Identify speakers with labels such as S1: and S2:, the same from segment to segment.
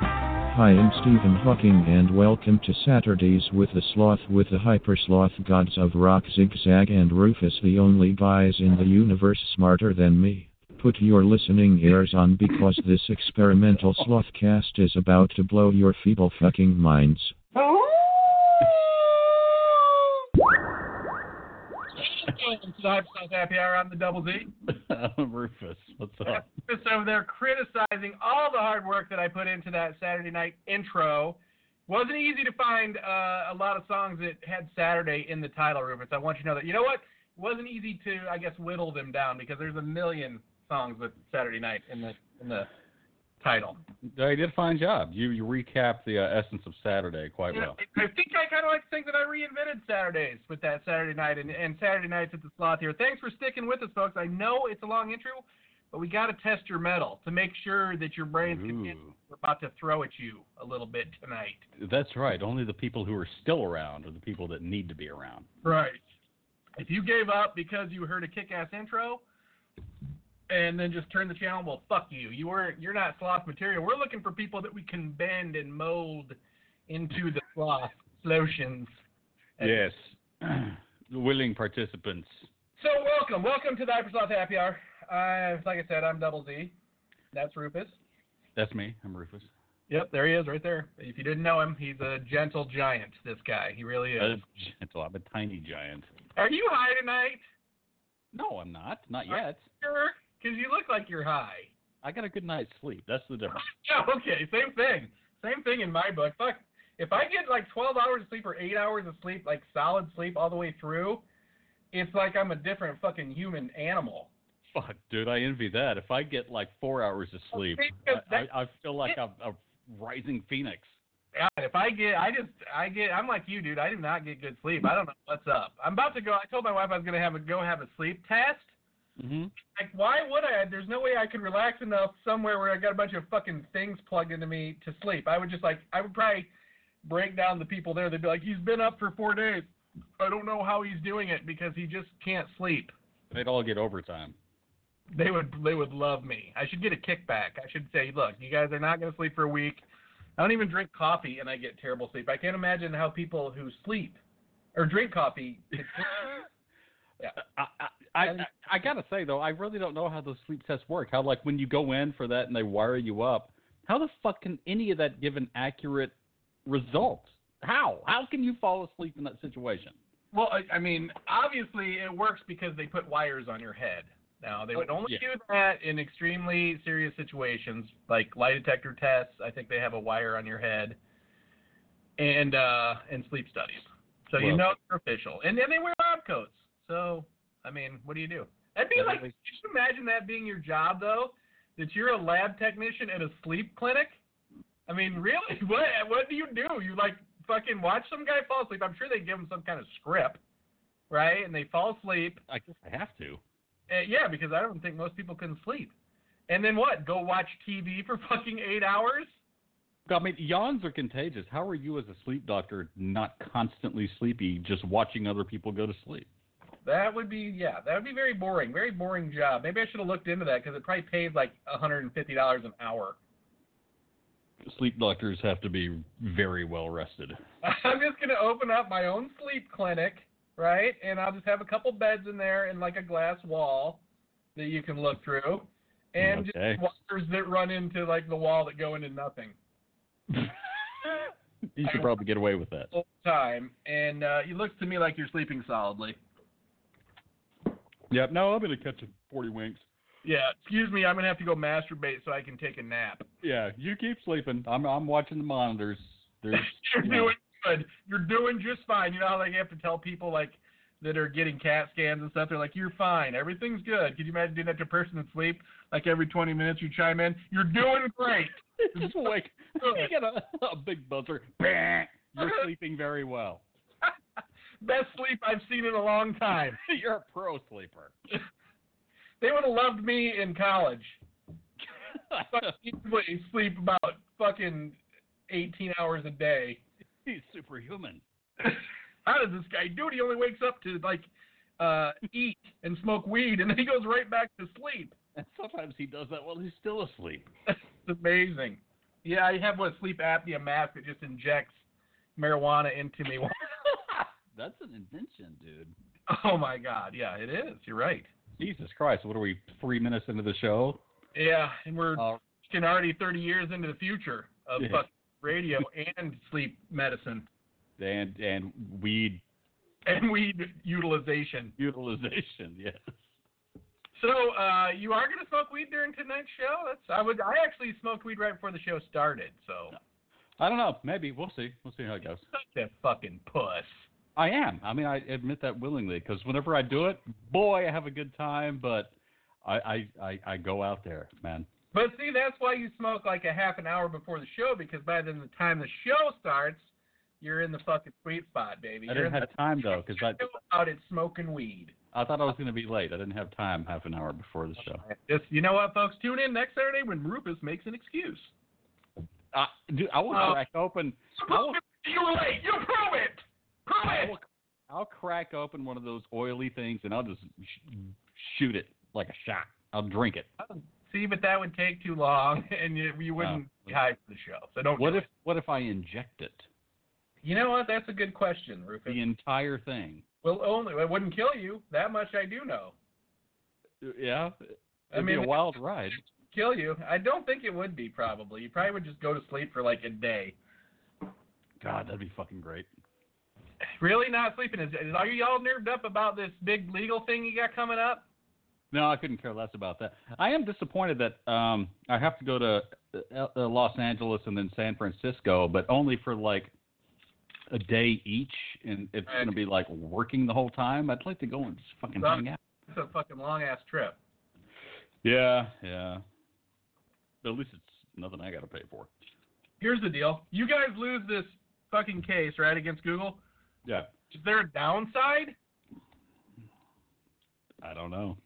S1: Hi, I'm Stephen Hawking, and welcome to Saturdays with the Sloth with the Hypersloth Gods of Rock, Zigzag, and Rufus, the only guys in the universe smarter than me. Put your listening ears on because this experimental slothcast is about to blow your feeble fucking minds.
S2: Welcome to the Hyper Sales Happy Hour. I'm the Double D.
S3: Rufus, what's up?
S2: Just over there criticizing all the hard work that I put into that Saturday night intro. Wasn't easy to find uh, a lot of songs that had Saturday in the title, Rufus. I want you to know that. You know what? Wasn't easy to, I guess, whittle them down because there's a million songs with Saturday night in the in the title.
S3: I did a fine job. You you recapped the uh, essence of Saturday quite
S2: You know,
S3: well.
S2: I think I kind of like to think that I reinvented Saturdays with that Saturday night and, and Saturday nights at the slot here. Thanks for sticking with us, folks. I know it's a long intro, but we got to test your metal to make sure that your brains can get
S3: Ooh.
S2: we're about to throw at you a little bit tonight.
S3: That's right. Only the people who are still around are the people that need to be around.
S2: Right. If you gave up because you heard a kick-ass intro, and then just turned the channel, well, fuck you. You weren't. You're not sloth material. We're looking for people that we can bend and mold into the sloth solutions. And
S3: Yes. Willing participants.
S2: So welcome, welcome to the Hypersloth Happy Hour. Uh, like I said, I'm Double Z. That's Rufus.
S3: That's me. I'm Rufus.
S2: Yep, there he is, right there. If you didn't know him, he's a gentle giant. This guy, he really is.
S3: Uh, gentle. I'm a tiny giant.
S2: Are you high tonight?
S3: No, I'm not. Not
S2: Are-
S3: yet.
S2: Sure, because you look like you're high.
S3: I got a good night's sleep. That's the difference.
S2: Yeah, okay, same thing. Same thing in my book. Fuck, if I get like 12 hours of sleep or 8 hours of sleep, like solid sleep all the way through, it's like I'm a different fucking human animal.
S3: Fuck, dude. I envy that. If I get like four hours of sleep,
S2: see,
S3: I,
S2: 'cause that-
S3: I, I feel like I'm a rising phoenix.
S2: God, if I get, I just, I get, I'm like you, dude. I do not get good sleep. I don't know what's up. I'm about to go. I told my wife I was gonna have a go have a sleep test.
S3: Mm-hmm.
S2: Like, why would I? There's no way I could relax enough somewhere where I got a bunch of fucking things plugged into me to sleep. I would just like, I would probably break down the people there. They'd be like, he's been up for four days. I don't know how he's doing it because he just can't sleep.
S3: They'd all get overtime.
S2: They would, they would love me. I should get a kickback. I should say, look, you guys are not gonna sleep for a week. I don't even drink coffee and I get terrible sleep. I can't imagine how people who sleep or drink coffee. could sleep. Yeah.
S3: I, I, I,
S2: And-
S3: I gotta say though, I really don't know how those sleep tests work. How like when you go in for that and they wire you up, how the fuck can any of that give an accurate result? How? How can you fall asleep in that situation?
S2: Well, I, I mean, obviously it works because they put wires on your head. Now they would
S3: Oh,
S2: only
S3: yeah.
S2: do that in extremely serious situations, like lie detector tests. I think they have a wire on your head, and uh, and sleep studies. So you
S3: Well-
S2: know they're official, and then they wear lab coats. So I mean, what do you do? That'd be
S3: Yeah,
S2: like,
S3: they-
S2: just imagine that being your job though, that you're a lab technician at a sleep clinic. I mean, really, what what do you do? You like fucking watch some guy fall asleep. I'm sure they give him some kind of script, right? And they fall asleep.
S3: I guess I have to.
S2: Uh, yeah, because I don't think most people can sleep. And then what? Go watch TV for fucking eight hours?
S3: I mean, yawns are contagious. How are you as a sleep doctor not constantly sleepy, just watching other people go to sleep?
S2: That would be yeah. That would be very boring. Very boring job. Maybe I should have looked into that because it probably pays like $150 an hour.
S3: Sleep doctors have to be very well rested.
S2: I'm just gonna open up my own sleep clinic, right? And I'll just have a couple beds in there and like a glass wall that you can look through, and
S3: Okay.
S2: just wires that run into like the wall that go into nothing
S3: You should probably get away with that.
S2: all the time. And uh, it looks to me like you're sleeping solidly.
S3: Yep. No, I'm gonna catch a forty winks.
S2: Yeah. Excuse me. I'm gonna have to go masturbate so I can take a nap.
S3: Yeah, you keep sleeping. I'm I'm watching the monitors. There's
S2: you're
S3: you know,
S2: doing good. You're doing just fine. You know how like you have to tell people like that are getting CAT scans and stuff. They're like, "You're fine. Everything's good." Could you imagine doing that to a person in sleep? Like every 20 minutes you chime in, "You're doing great."
S3: just wake. You get a, a big buzzer. Bang! You're
S2: Uh-huh.
S3: sleeping very well.
S2: Best sleep I've seen in a long time.
S3: You're a pro sleeper.
S2: They would have loved me in college. Fucking easily sleep about fucking 18 hours a day.
S3: He's superhuman.
S2: how does this guy do it? He only wakes up to like uh, eat and smoke weed, and then he goes right back to sleep.
S3: And sometimes he does that while he's still asleep.
S2: It's amazing. Yeah, I have one sleep apnea mask that just injects marijuana into me.
S3: That's an invention, dude.
S2: oh my god, yeah, it is. You're right.
S3: Jesus Christ, what are we, three minutes into the show?
S2: Yeah, and we're
S3: Uh,
S2: fucking already 30 years into the future of
S3: Yeah.
S2: fucking radio and sleep medicine
S3: and and weed
S2: and weed utilization.
S3: utilization, yes.
S2: So uh, you are going to smoke weed during tonight's show? That's I would. I actually smoked weed right before the show started. So
S3: I don't know. Maybe we'll see. We'll see how it goes.
S2: such a fucking puss.
S3: I am. I mean, I admit that willingly because whenever I do it, boy, I have a good time. But I, I, I, I go out there, man.
S2: But see, that's why you smoke like a half an hour before the show because by then the time the show starts, you're in the fucking sweet spot, baby.
S3: I
S2: You're
S3: didn't
S2: in
S3: have time though because
S2: the show out at smoking weed.
S3: I, I thought I was going to be late. I didn't have time half an hour before the show.
S2: Just you know what, folks, tune in next Saturday when Rufus makes an excuse.
S3: I, dude, I will
S2: Oh.
S3: crack open.
S2: You
S3: I will,
S2: prove it. You were late. You prove it. Prove
S3: I
S2: it.
S3: will, I'll crack open one of those oily things and I'll just sh- shoot it like a shot. I'll drink it.
S2: See, but that would take too long, and you, you wouldn't
S3: Oh.
S2: be high for the show. So don't.
S3: What
S2: do
S3: if,
S2: it.
S3: what if I inject it?
S2: You know what? That's a good question, Rufus.
S3: The entire thing.
S2: Well, only it wouldn't kill you. That much I do know.
S3: Yeah.
S2: I
S3: It'd
S2: mean,
S3: be a wild ride.
S2: kill you. I don't think it would be probably. You probably would just go to sleep for like a day.
S3: God, that'd be fucking great.
S2: Really not sleeping is. is- Are you all nerved up about this big legal thing you got coming up?
S3: No, I couldn't care less about that. I am disappointed that um, I have to go to uh, uh, Los Angeles and then San Francisco, but only for like a day each, and it's
S2: Right.
S3: going to be like working the whole time. I'd like to go and just fucking
S2: Right.
S3: hang out.
S2: It's a fucking long ass trip.
S3: Yeah, yeah. But at least it's nothing I got to pay for.
S2: Here's the deal: you guys lose this fucking case right against Google.
S3: Yeah,
S2: Is there a downside?
S3: I don't know.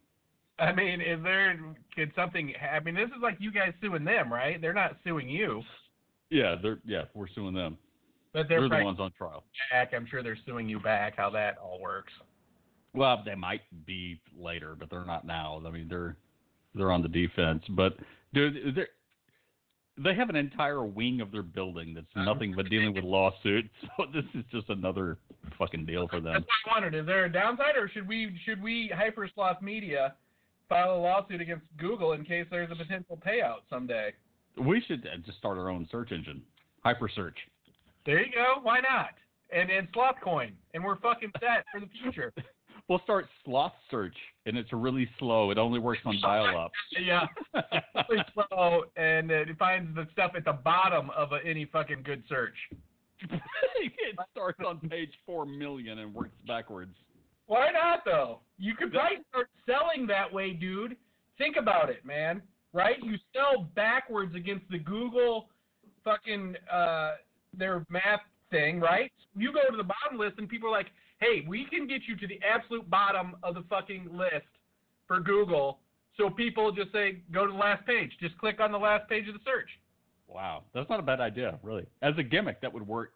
S2: I mean, is there could something? ha- I mean, this is like you guys suing them, right? They're not suing you,
S3: Yeah, they're yeah, we're suing them.
S2: but
S3: They're,
S2: they're,
S3: the
S2: probably
S3: ones on trial.
S2: back. I'm sure they're suing you back. How that all works.
S3: Well, they might be later, but they're not now. I mean, they're they're on the defense, but dude, they they have an entire wing of their building that's nothing but dealing with lawsuits. So this is just another fucking deal for them.
S2: That's what I wondered. Is there a downside, or should we should we hypersloth media file a lawsuit against Google in case there's a potential payout someday?
S3: We should uh, just start our own search engine, HyperSearch.
S2: There you go. Why not? And and Slopcoin, and we're fucking set for the future.
S3: We'll start Sloth Search, and it's really slow. It only works on dial-up.
S2: yeah, really slow, and it finds the stuff at the bottom of a, any fucking good search.
S3: it starts on page four million and works backwards.
S2: Why not though? You could probably start selling that way, dude. Think about it, man. Right? You sell backwards against the Google fucking uh their map thing, right? You go to the bottom list and people are like, "Hey, we can get you to the absolute bottom of the fucking list for Google." So people just say, "Go to the last page. Just click on the last page of the search."
S3: Wow, that's not a bad idea, really. As a gimmick, that would work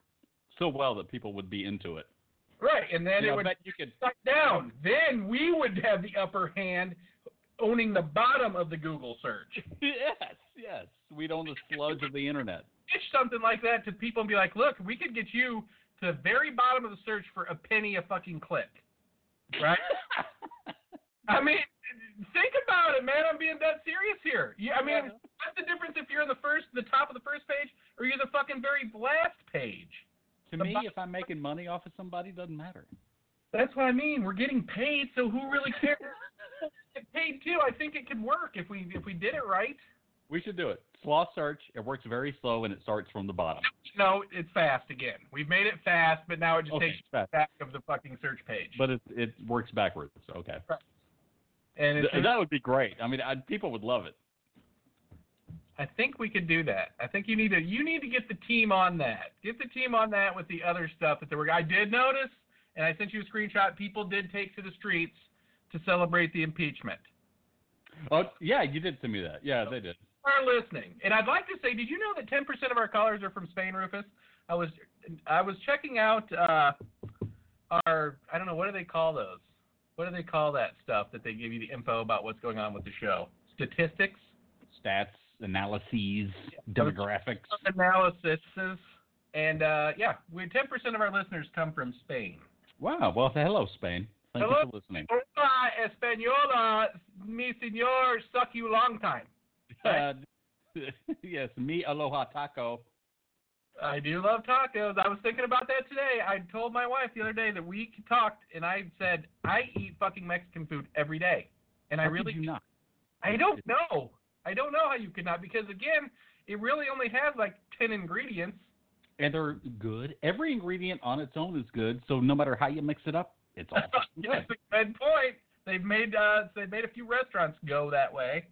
S3: so well that people would be into it.
S2: Right, and then
S3: You know,
S2: it would
S3: I bet you could.
S2: shut down. Then we would have the upper hand owning the bottom of the Google search.
S3: Yes, yes. We'd own the sludge of the internet.
S2: pitch something like that to people and be like, look, we could get you to the very bottom of the search for a penny a fucking click. Right? I mean, think about it, man. I'm being dead serious here. You, I mean, what's the difference if you're on the first, the top of the first page, or you're the fucking very last page?
S3: to me, if I'm making money off of somebody, it doesn't matter.
S2: That's what I mean. We're getting paid, so who really cares? Get paid too. I think it could work if we if we did it right.
S3: We should do it. Sloth search. It works very slow and it starts from the bottom.
S2: No, it's fast again. We've made it fast, but now it just
S3: Okay,
S2: takes you
S3: fast.
S2: back of the fucking search page.
S3: But it it works backwards. Okay.
S2: and it's
S3: Th- that would be great. I mean, I, people would love it.
S2: I think we could do that. I think you need to you need to get the team on that. Get the team on that with the other stuff that they were. I did notice, and I sent you a screenshot. People did take to the streets to celebrate the impeachment.
S3: Oh yeah, you did send me that. Yeah, they did.
S2: Are listening, and I'd like to say, did you know that 10% of our callers are from Spain, Rufus? I was I was checking out uh, our I don't know what do they call those? What do they call that stuff that they give you the info about what's going on with the show? Statistics.
S3: Stats. analyses, demographics.
S2: analysis. And uh, yeah, we 10% of our listeners come from Spain.
S3: Wow. Well, hello, Spain. Thank
S2: Hello.
S3: you for listening.
S2: Hola, Española, mi señor, suck you long time.
S3: Uh, yes, me aloha taco.
S2: I do love tacos. I was thinking about that today. I told my wife the other day that we talked, and I said I eat fucking Mexican food every day, and I
S3: How could
S2: really
S3: you not.
S2: I don't know. I don't know how you could not because again, it really only has like ten ingredients.
S3: And they're good. Every ingredient on its own is good. So no matter how you mix it up, it's all fucking
S2: That's
S3: good.
S2: a good point. They've made uh, they've made a few restaurants go that way.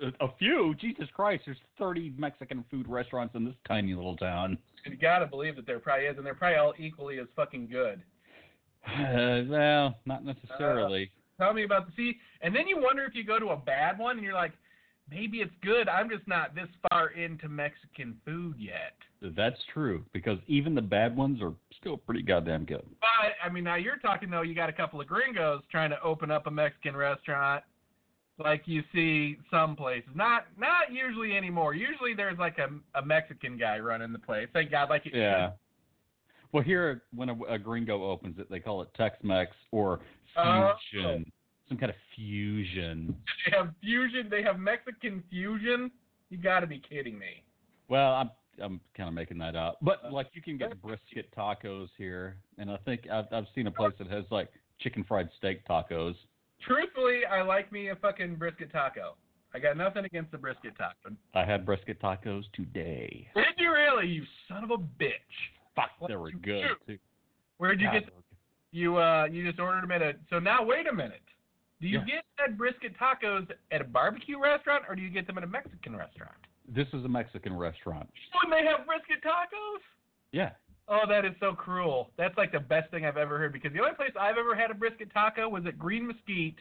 S3: A- A few. Jesus Christ. There's 30 Mexican food restaurants in this tiny little town.
S2: You gotta believe that there probably is, and they're probably all equally as fucking good.
S3: Uh, well, not necessarily.
S2: Tell me about the sea, and then you wonder if you go to a bad one, and you're like, maybe it's good. I'm just not this far into Mexican food yet.
S3: That's true because even the bad ones are still pretty goddamn good.
S2: But I mean, now you're talking though. You got a couple of gringos trying to open up a Mexican restaurant, like you see some places. Not not usually anymore. Usually there's like a, a Mexican guy running the place. Thank God, like it should.
S3: Yeah. Well, here when a, a gringo opens it, they call it Tex-Mex or
S2: Oh.
S3: fusion, some kind of fusion.
S2: They have fusion. They have Mexican fusion. You got to be kidding me.
S3: Well, I'm I'm kind of making that up, but like you can get brisket tacos here, and I think I've I've seen a place that has like chicken fried steak tacos.
S2: Truthfully, I like me a fucking brisket taco. I got nothing against the brisket taco.
S3: I had brisket tacos today.
S2: Did you really, you son of a bitch?
S3: Fuck,
S2: What
S3: they were
S2: you
S3: good
S2: do?
S3: too.
S2: Where'd you
S3: God,
S2: get
S3: they were good.
S2: you uh you just ordered them at a so now wait a minute do you
S3: Yeah.
S2: get that brisket tacos at a barbecue restaurant or do you get them at a mexican restaurant
S3: This is a Mexican restaurant.
S2: when they have brisket tacos
S3: Yeah.
S2: oh that is so cruel that's like the best thing i've ever heard because the only place i've ever had a brisket taco was at green mesquite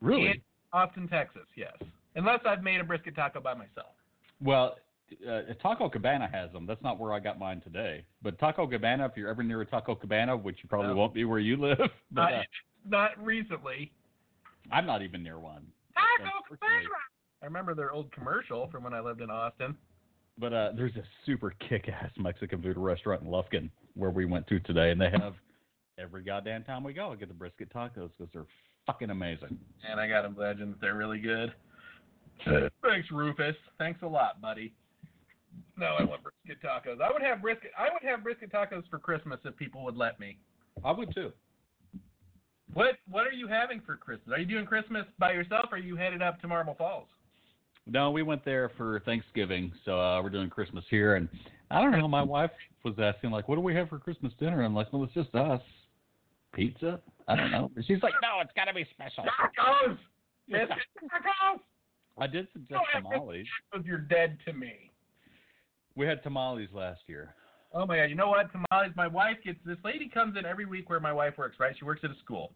S3: Really?
S2: in austin texas yes unless i've made a brisket taco by myself
S3: Well, uh, Taco Cabana has them. That's not where I got mine today. But Taco Cabana, if you're ever near a Taco Cabana, which you probably
S2: No.
S3: won't be where you live, but
S2: not,
S3: uh,
S2: not recently
S3: I'm not even near one.
S2: taco
S3: Unfortunately.
S2: Cabana! i remember their old commercial from when i lived in austin
S3: But uh, there's a super kick-ass Mexican food restaurant in Lufkin where we went to today, and they have every goddamn time we go, I get the brisket tacos because they're fucking amazing.
S2: And I got him legend. They're really good. Thanks, Rufus. Thanks a lot, buddy. No, I want brisket tacos. I would have brisket. I would have brisket tacos for Christmas if people would let me.
S3: I would too.
S2: What What are you having for Christmas? Are you doing Christmas by yourself? Or are you headed up to Marble Falls?
S3: No, we went there for Thanksgiving, so uh, we're doing Christmas here, and I don't know. My wife was asking like, "What do we have for Christmas dinner?" I'm like, "Well, it's just us, pizza." I don't know. But She's like, "No, it's got to be special."
S2: Tacos. Brisket tacos.
S3: I did suggest tamales.
S2: Because you're dead to me.
S3: We had tamales last year.
S2: Oh my god, you know what? Tamales. My wife gets this lady comes in every week where my wife works, right? She works at a school.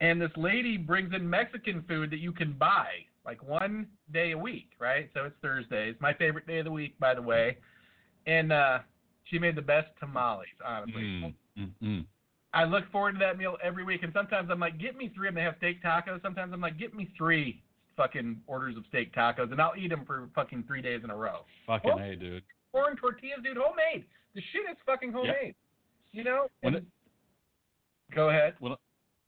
S2: And this lady brings in Mexican food that you can buy like one day a week, right? So it's Thursdays, my favorite day of the week, by the way. And uh, she made the best tamales, honestly.
S3: Mm, mm, mm.
S2: I look forward to that meal every week. And sometimes I'm like, get me three. And they have steak tacos. Sometimes I'm like, get me three fucking orders of steak tacos, and I'll eat them for fucking three days in a row
S3: Fucking
S2: Well-
S3: hey, dude.
S2: corn tortillas, dude, homemade. The shit is fucking homemade. You know?
S3: When
S2: And- go ahead.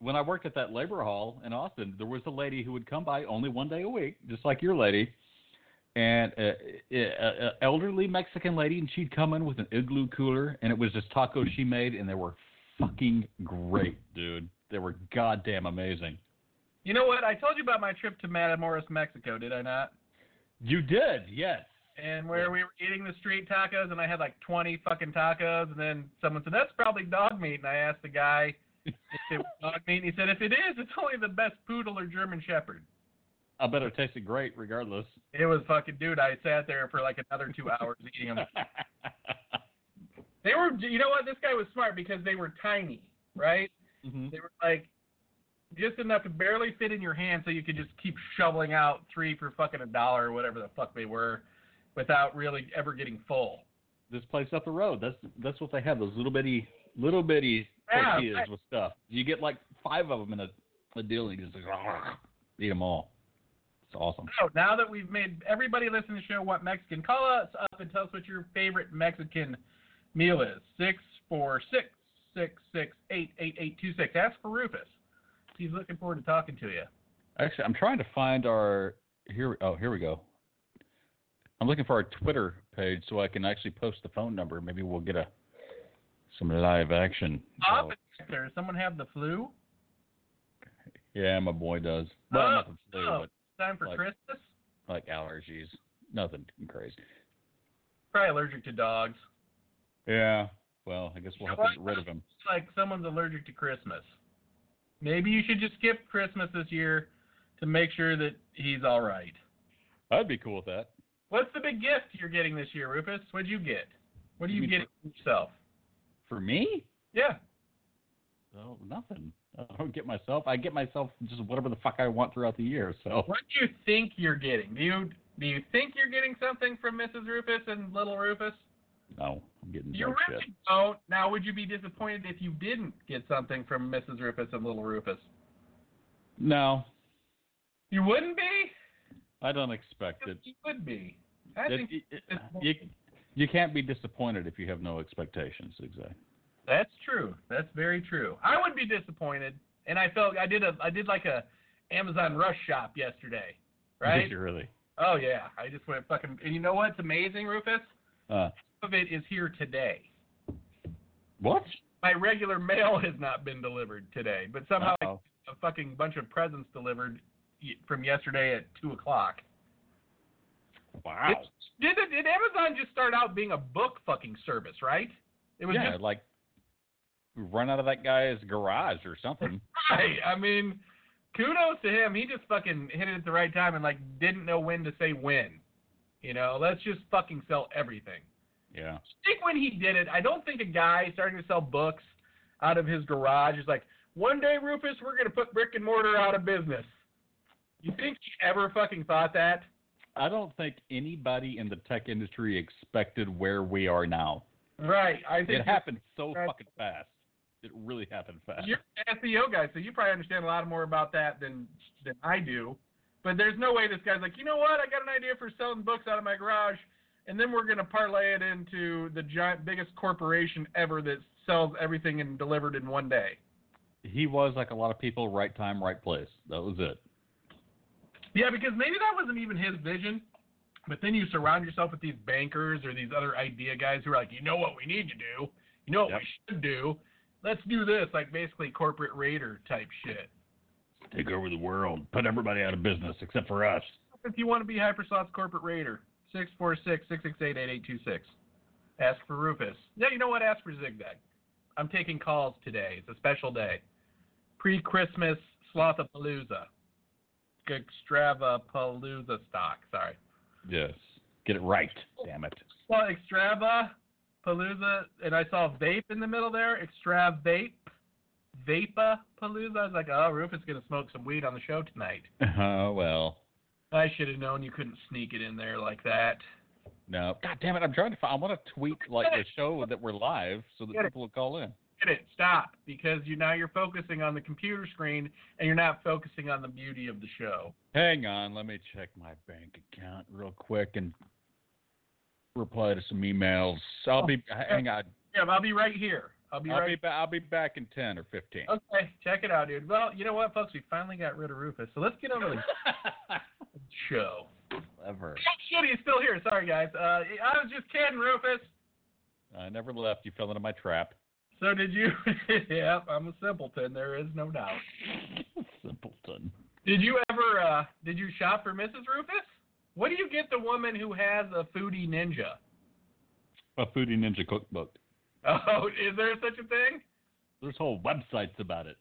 S3: When I worked at that labor hall in Austin, there was a lady who would come by only one day a week, just like your lady, and uh, uh, uh, elderly Mexican lady, and she'd come in with an igloo cooler, and it was just tacos she made, and they were fucking great, dude. They were goddamn amazing.
S2: You know what? I told you about my trip to Matamoros, Mexico, did I not?
S3: You did, yes.
S2: And where we were eating the street tacos, and I had like 20 fucking tacos, and then someone said, that's probably dog meat. And I asked the guy if it was dog meat, and he said, if it is, it's only the best poodle or German shepherd.
S3: I bet it tasted great, regardless.
S2: It was fucking, dude, I sat there for like another two hours eating them. They were, you know what? This guy was smart because they were tiny, right?
S3: Mhm.
S2: They were like just enough to barely fit in your hand so you could just keep shoveling out three for fucking a dollar or whatever the fuck they were without really ever getting full.
S3: This place up the road. That's that's what they have. Those little bitty little bitty
S2: Yeah,
S3: tortillas
S2: right.
S3: with stuff. You get like five of them in a, a deal, and you just like, eat them all. It's awesome.
S2: So now that we've made everybody listening to the show want Mexican, call us up and tell us what your favorite Mexican meal is. Six four six six six eight eight eight two six. Ask for Rufus. He's looking forward to talking to you.
S3: Actually, I'm trying to find our here. Oh, here we go. I'm looking for our Twitter page so I can actually post the phone number. Maybe we'll get a some live action.
S2: Up
S3: Oh,
S2: Does someone have the flu?
S3: yeah, my boy does. Well,
S2: Oh,
S3: nothing flu,
S2: oh.
S3: but
S2: Time for
S3: Like-
S2: Christmas?
S3: like allergies, nothing crazy.
S2: Probably allergic to dogs.
S3: Yeah. Well, I guess we'll have to get rid of him.
S2: It's like someone's allergic to Christmas. Maybe you should just skip Christmas this year to make sure that he's all right.
S3: I'd be cool with that.
S2: What's the big gift you're getting this year, Rufus? What'd you get? What are you
S3: You mean
S2: getting yourself?
S3: For me?
S2: Yeah.
S3: Oh, nothing. I don't get myself. I get myself just whatever the fuck I want throughout the year. So
S2: What do you think you're getting? Do you do you think you're getting something from Mrs. Rufus and little Rufus?
S3: no, I'm getting
S2: You
S3: no
S2: really
S3: shit.
S2: don't. Now, would you be disappointed if you didn't get something from Mrs. Rufus and little Rufus?
S3: No,
S2: You wouldn't be.
S3: I don't expect it.
S2: You would be. I
S3: It-
S2: think
S3: it- you, you can't be disappointed if you have no expectations. Exactly.
S2: That's true. That's very true. I would be disappointed, and I felt I did a I did like a Amazon rush shop yesterday, right?
S3: Did you really?
S2: Oh yeah, I just went fucking. And you know what's amazing, Rufus?
S3: Uh,
S2: Some of it is here today.
S3: what?
S2: My regular mail has not been delivered today, but somehow I
S3: Uh-oh.
S2: got a fucking bunch of presents delivered y- from yesterday at two o'clock.
S3: Wow.
S2: Did it, did Amazon just start out being a book fucking service, right? It was
S3: yeah,
S2: just
S3: like run out of that guy's garage or something.
S2: right. I mean, kudos to him. He just fucking hit it at the right time and like didn't know when to say when. You know, let's just fucking sell everything.
S3: yeah.
S2: I think when he did it, I don't think a guy starting to sell books out of his garage is like, one day, Rufus, we're gonna put brick and mortar out of business. You think he ever fucking thought that?
S3: I don't think anybody in the tech industry expected where we are now.
S2: Right. I think
S3: It happened so
S2: Right.
S3: fucking fast. It really happened fast.
S2: you're an SEO guy, so you probably understand a lot more about that than than I do. But there's no way this guy's like, you know what? I got an idea for selling books out of my garage, and then we're gonna parlay it into the giant, biggest corporation ever that sells everything and delivered in one day.
S3: he was like a lot of people, right time, right place. That was it.
S2: Yeah, because maybe that wasn't even his vision. But then you surround yourself with these bankers or these other idea guys who are like, you know what we need to do, you know what
S3: Yep.
S2: we should do. Let's do this, like basically corporate raider type shit.
S3: Take over the world, put everybody out of business except for us.
S2: if you want to be Hypersoft's corporate raider, 646-668-8826. Ask for Rufus. Yeah, you know what? Ask for Zigzag. I'm taking calls today. It's a special day. Pre-Christmas Slothapalooza. Extravapalooza stock, sorry.
S3: Yes. Get it right. Damn it.
S2: Well, Extravapalooza, and I saw vape in the middle there. Extrav vape. Vapapalooza. I was like, oh, Rufus is going to smoke some weed on the show tonight.
S3: Oh, well.
S2: I should have known you couldn't sneak it in there like that.
S3: No. God damn it. I'm trying to find. I want to tweet like the show that we're live so
S2: Get
S3: that
S2: it.
S3: people will call in.
S2: get it. Stop, because you now you're focusing on the computer screen and you're not focusing on the beauty of the show.
S3: Hang on. Let me check my bank account real quick and reply to some emails. I'll be. Hang on.
S2: Yeah, I'll be right here. I'll Oh, be
S3: I'll be,
S2: right.
S3: ba- I'll be back in 10 or 15.
S2: Okay, check it out, dude. Well, you know what, folks, we finally got rid of Rufus, so let's get over to the show.
S3: Clever.
S2: Oh, shit, he's still here. Sorry, guys. Uh, I was just kidding, Rufus.
S3: I never left. You fell into my trap.
S2: So did you? yep, I'm a simpleton. There is no doubt.
S3: Simpleton.
S2: Did you ever? Uh, did you shop for Mrs. Rufus? What do you get the woman who has a foodie ninja?
S3: A Foodie Ninja cookbook.
S2: Oh, is there such a thing?
S3: There's whole websites about it.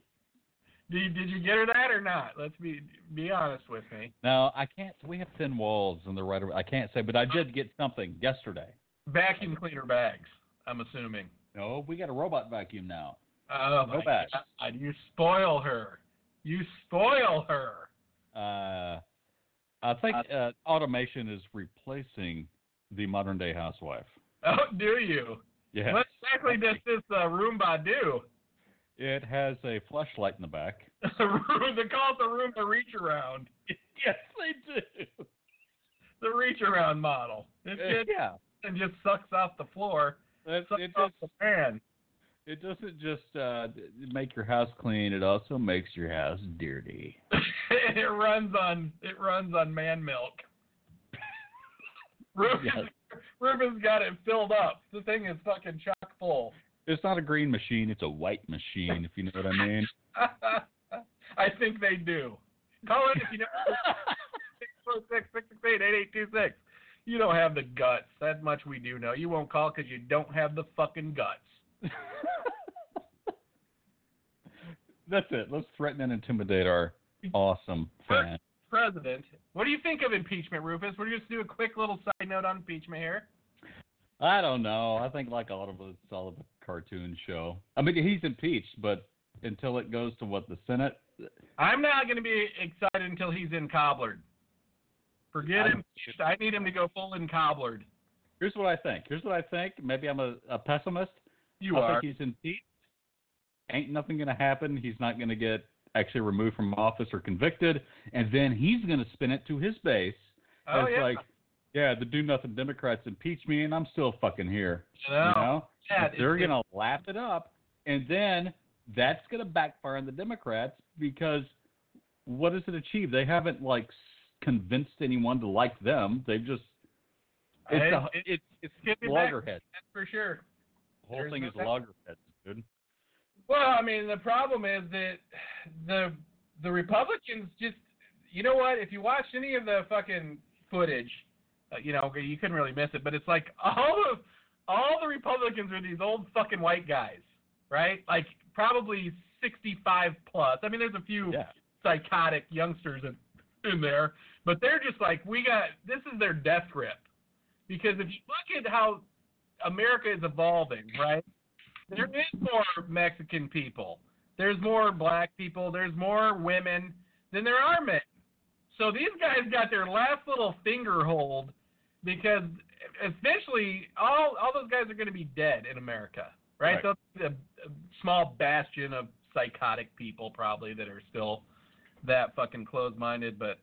S2: Did, did you get her that or not? Let's be be honest with me.
S3: Now I can't. We have thin walls in the right. of- I can't say, but I did get something yesterday.
S2: Vacuum cleaner bags. I'm assuming.
S3: No, we got a robot vacuum now.
S2: Oh
S3: No
S2: my
S3: bags.
S2: God! You spoil her. You spoil her.
S3: Uh, I think uh, automation is replacing the modern day housewife.
S2: Oh, do you?
S3: Yeah.
S2: What exactly does this uh, Roomba do?
S3: It has a flashlight in the back.
S2: they call it the Roomba reach around.
S3: yes, they do.
S2: The reach around model. It gets
S3: yeah.
S2: and just sucks off the floor,
S3: It,
S2: sucks
S3: it
S2: off
S3: just
S2: the fan.
S3: it doesn't just uh, d- make your house clean. It also makes your house dirty.
S2: it runs on it runs on man milk. Ruben's, Ruben's got it filled up. The thing is fucking chock full.
S3: It's not a green machine. It's a white machine, if you know what I mean.
S2: I think they do. Call in if you know six four six six six eight eight eight two six. You don't have the guts. That much we do know. You won't call because you don't have the fucking guts.
S3: That's it. Let's threaten and intimidate our awesome fan.
S2: President, what do you think of impeachment, Rufus? We're just do a quick little side note on impeachment here.
S3: I don't know. I think like all of us, it's all of a cartoon show. I mean, he's impeached, but until it goes to what the Senate,
S2: I'm not going to be excited until he's in cobblered. Forget
S3: I-
S2: him. I need him to go full in cobblered.
S3: Here's what I think. Here's what I think. Maybe I'm a, a pessimist.
S2: You
S3: I
S2: are.
S3: think he's impeached. Ain't nothing going to happen. He's not going to get actually removed from office or convicted. And then he's going to spin it to his base.
S2: oh
S3: as
S2: yeah.
S3: like, yeah, the do nothing Democrats impeach me and I'm still fucking here.
S2: You know?
S3: You know?
S2: Yeah,
S3: But they're
S2: it's-
S3: going to lap it up. And then that's going to backfire on the Democrats because what does it achieve? They haven't like s- convinced anyone to like them. They've just it's,
S2: It-
S3: a,
S2: it-
S3: it's, it's
S2: it's gonna be back-
S3: loggerheads.
S2: that's for sure.
S3: The whole
S2: There's
S3: thing
S2: no
S3: is
S2: back-
S3: loggerheads, dude.
S2: Well, I mean, the problem is that the the Republicans just, you know what? If you watched any of the fucking footage, uh, you know, you couldn't really miss it. But it's like all of all the Republicans are these old fucking white guys, right? Like probably 65 plus. I mean, there's a few
S3: Yeah.
S2: psychotic youngsters in, in there, but they're just like, we got this is their death grip. Because if you look at how America is evolving, right? There is more Mexican people. There's more black people. There's more women than there are men. So these guys got their last little finger hold because essentially all all those guys are going to be dead in America, right?
S3: Right.
S2: So it's a, a small bastion of psychotic people probably that are still that fucking closed-minded. But